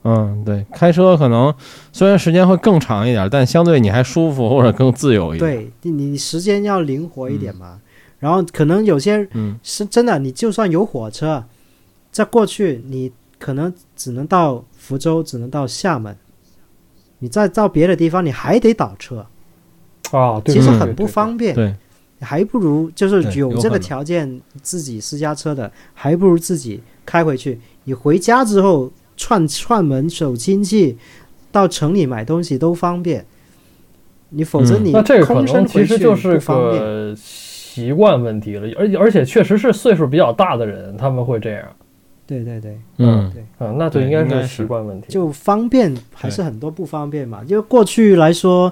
Speaker 1: 嗯，对，开车可能虽然时间会更长一点，但相对你还舒服或者更自
Speaker 2: 哎
Speaker 1: 由一点。
Speaker 3: 对你，你时间要灵活一点
Speaker 2: 嗯
Speaker 3: 嘛。然后可能有些
Speaker 1: 嗯
Speaker 3: 是真的，你就算有火车，在过去你可能只能到福州，只能到厦门，你再到别的地方你还得倒车，
Speaker 2: 啊，哦对
Speaker 3: 其实
Speaker 1: 嗯
Speaker 3: 很不方便。
Speaker 1: 对，
Speaker 3: 还不如就是
Speaker 1: 对
Speaker 3: 有
Speaker 1: 有
Speaker 3: 这个
Speaker 1: 可能
Speaker 3: 条件自己私家车的，还不如自己开回去。你回家之后串串门走亲戚，到城里买东西都方便。你否则
Speaker 1: 嗯
Speaker 3: 你
Speaker 2: 那这个可
Speaker 3: 空身
Speaker 2: 能其
Speaker 3: 回去
Speaker 2: 实就是
Speaker 3: 不方便。
Speaker 2: 个习惯问题了，而且而且确实是岁数比较大的人他们会这样，
Speaker 3: 对对对，
Speaker 1: 嗯，
Speaker 3: 对，
Speaker 2: 嗯，那就
Speaker 1: 对
Speaker 2: 应该
Speaker 1: 应该
Speaker 2: 是
Speaker 1: 是
Speaker 2: 习惯问题。
Speaker 3: 就方便还是很多不方便嘛。因为过去来说，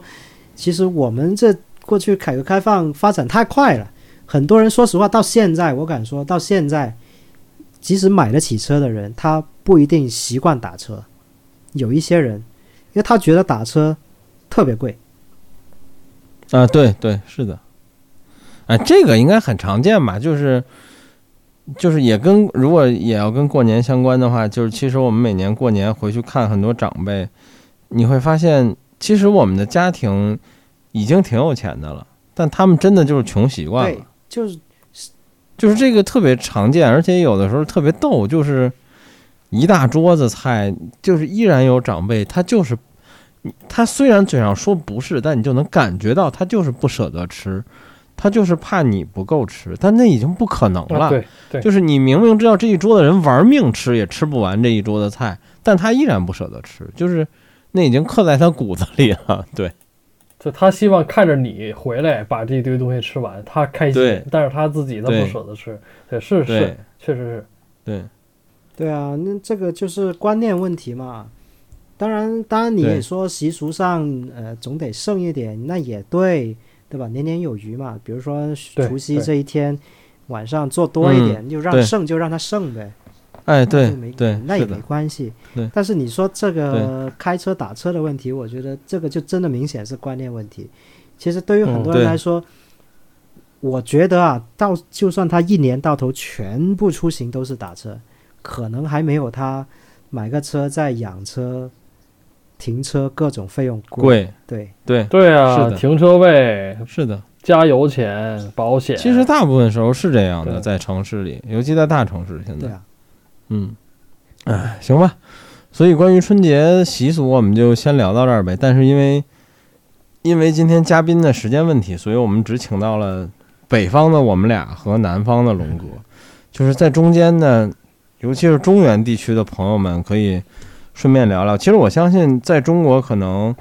Speaker 3: 其实我们这过去改革开放发展太快了，很多人说实话，到现在我敢说，到现在，即使买得起车的人，他不一定习惯打车。有一些人，因为他觉得打车特别贵，
Speaker 1: 啊，对对，是的。哎，这个应该很常见吧？就是，就是也跟如果也要跟过年相关的话，就是其实我们每年过年回去看很多长辈，你会发现，其实我们的家庭已经挺有钱的了，但他们真的就是穷习惯
Speaker 3: 对
Speaker 1: 了，，
Speaker 3: 就是
Speaker 1: 就是这个特别常见，而且有的时候特别逗，就是一大桌子菜，就是依然有长辈，他就是。他虽然嘴上说不是，但你就能感觉到他就是不舍得吃，他就是怕你不够吃，但那已经不可能了。
Speaker 2: 啊，对对，
Speaker 1: 就是你明明知道这一桌的人玩命吃也吃不完这一桌的菜，但他依然不舍得吃，就是那已经刻在他骨子里了。对，
Speaker 2: 就他希望看着你回来把这一堆东西吃完，他开心
Speaker 1: 对，
Speaker 2: 但是他自己他不
Speaker 1: 对
Speaker 2: 舍得吃，对，是是
Speaker 1: 对，
Speaker 2: 确实是，
Speaker 1: 对，
Speaker 3: 对啊，那这个就是观念问题嘛。当然，当然你也
Speaker 1: 对
Speaker 3: 说习俗上，呃，总得剩一点，那也对，对吧？年年有余嘛。比如说
Speaker 2: 对
Speaker 3: 除夕
Speaker 2: 对
Speaker 3: 这一天晚上做多一
Speaker 1: 嗯
Speaker 3: 点，就让
Speaker 1: 对
Speaker 3: 剩就让它剩呗，
Speaker 1: 哎，
Speaker 3: 这
Speaker 1: 对
Speaker 3: 没嗯
Speaker 1: 对，
Speaker 3: 那也
Speaker 1: 是
Speaker 3: 没
Speaker 1: 的，
Speaker 3: 关系
Speaker 1: 对。
Speaker 3: 但是你说这个开车打车的问题，我觉得这个就真的明显是观念问题。其实对于很
Speaker 2: 嗯
Speaker 3: 多人
Speaker 1: 对
Speaker 3: 来说，我觉得啊，到就算他一年到头全部出行都是打车，可能还没有他买个车再养车、停车各种费用贵。
Speaker 1: 贵，
Speaker 3: 对
Speaker 1: 对，
Speaker 2: 对啊
Speaker 1: 是，的
Speaker 2: 停车位、
Speaker 1: 是的。
Speaker 2: 加油钱、保险，
Speaker 1: 其实大部分时候是这样的，
Speaker 2: 对
Speaker 1: 在城市里，尤其在大城市，现在
Speaker 3: 对。啊，
Speaker 1: 嗯，哎，行吧。所以关于春节习俗，我们就先聊到这儿呗。但是因为因为今天嘉宾的时间问题，所以我们只请到了北方的我们俩和南方的龙哥，就是在中间呢，尤其是中原地区的朋友们可以顺便聊聊。其实我相信，在中国可能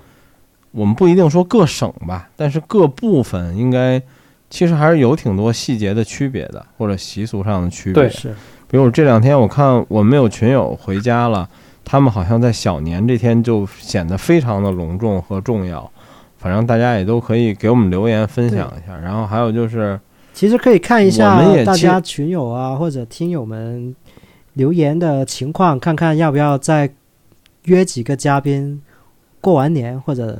Speaker 1: 我们不一定说各省吧，但是各部分应该其实还是有挺多细节的区别的，或者习俗上的区别
Speaker 2: 对。
Speaker 3: 是
Speaker 1: 比如这两天我看我们有群友回家了，他们好像在小年这天就显得非常的隆重和重要。反正大家也都可以给我们留言分享一下。然后还有就是，
Speaker 3: 其实可以看一
Speaker 1: 我们
Speaker 3: 下
Speaker 1: 也
Speaker 3: 大
Speaker 1: 其
Speaker 3: 家群友啊或者听友们留言的情况，看看要不要再约几个嘉宾，过完年或者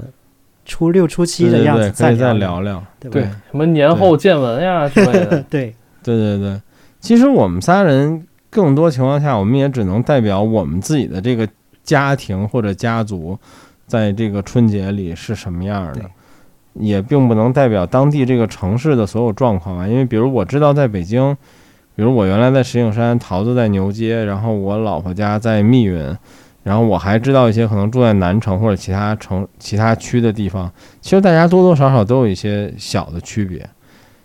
Speaker 3: 初六初七
Speaker 1: 对
Speaker 3: 的
Speaker 1: 对
Speaker 3: 样
Speaker 1: 对，
Speaker 3: 子
Speaker 1: 可以再
Speaker 3: 聊，
Speaker 1: 聊聊。
Speaker 3: 对
Speaker 2: 对
Speaker 3: 吧？，
Speaker 2: 什么年后见闻呀之类的
Speaker 3: 对
Speaker 1: 对对对，其实我们仨人更多情况下，我们也只能代表我们自己的这个家庭或者家族，在这个春节里是什么样
Speaker 3: 对
Speaker 1: 的，也并不能代表当地这个城市的所有状况吧。因为比如我知道在北京，比如我原来在石景山，桃子在牛街，然后我老婆家在密云。然后我还知道一些可能住在南城或者其他城、其他区的地方，其实大家多多少少都有一些小的区别。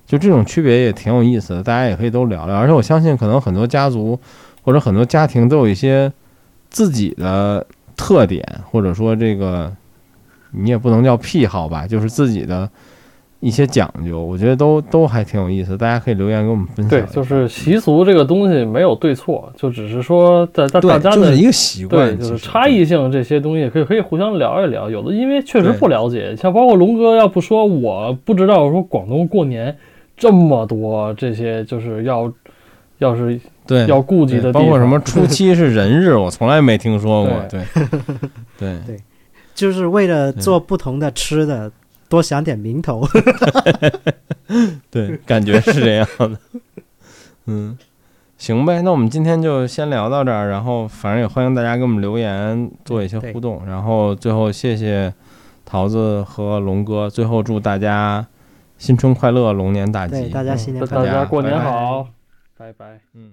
Speaker 1: 就这种区别也挺有意思的，大家也可以都聊聊。而且我相信，可能很多家族或者很多家庭都有一些自己的特点，或者说这个你也不能叫癖好吧，就是自己的一些讲究。我觉得都都还挺有意思，大家可以留言给我们分享一
Speaker 2: 对
Speaker 1: 下。，
Speaker 2: 就是习俗这个东西没有对错，就只是说大大大
Speaker 1: 对，
Speaker 2: 家
Speaker 1: 就
Speaker 2: 的
Speaker 1: 是一个习
Speaker 2: 对，
Speaker 1: 惯，
Speaker 2: 就是
Speaker 1: 其实
Speaker 2: 差异。性这些东西可以可以互相聊一聊。有的因为确实
Speaker 1: 对
Speaker 2: 不了解，像包括龙哥，要不说我不知道，说广东过年这么多这些就是要要是
Speaker 1: 对，
Speaker 2: 要顾忌
Speaker 1: 对
Speaker 2: 的地
Speaker 1: 包括
Speaker 2: 方
Speaker 1: 什 么初七是人日，我从来没听说过。对，对，
Speaker 3: 就是为了做不同的吃的，多想点名头。
Speaker 1: 对，感觉是这样的。嗯，行呗，那我们今天就先聊到这儿，然后反正也欢迎大家给我们留言，做一些
Speaker 3: 对
Speaker 1: 互动，然后最后谢谢桃子和龙哥，最后祝大家新春快乐，龙年大吉，
Speaker 3: 对，大家新年
Speaker 2: 祝
Speaker 3: 快乐
Speaker 1: 大
Speaker 3: 啊
Speaker 2: 嗯大！
Speaker 1: 家
Speaker 2: 家过年
Speaker 1: 拜拜
Speaker 2: 好，拜拜。
Speaker 1: 嗯。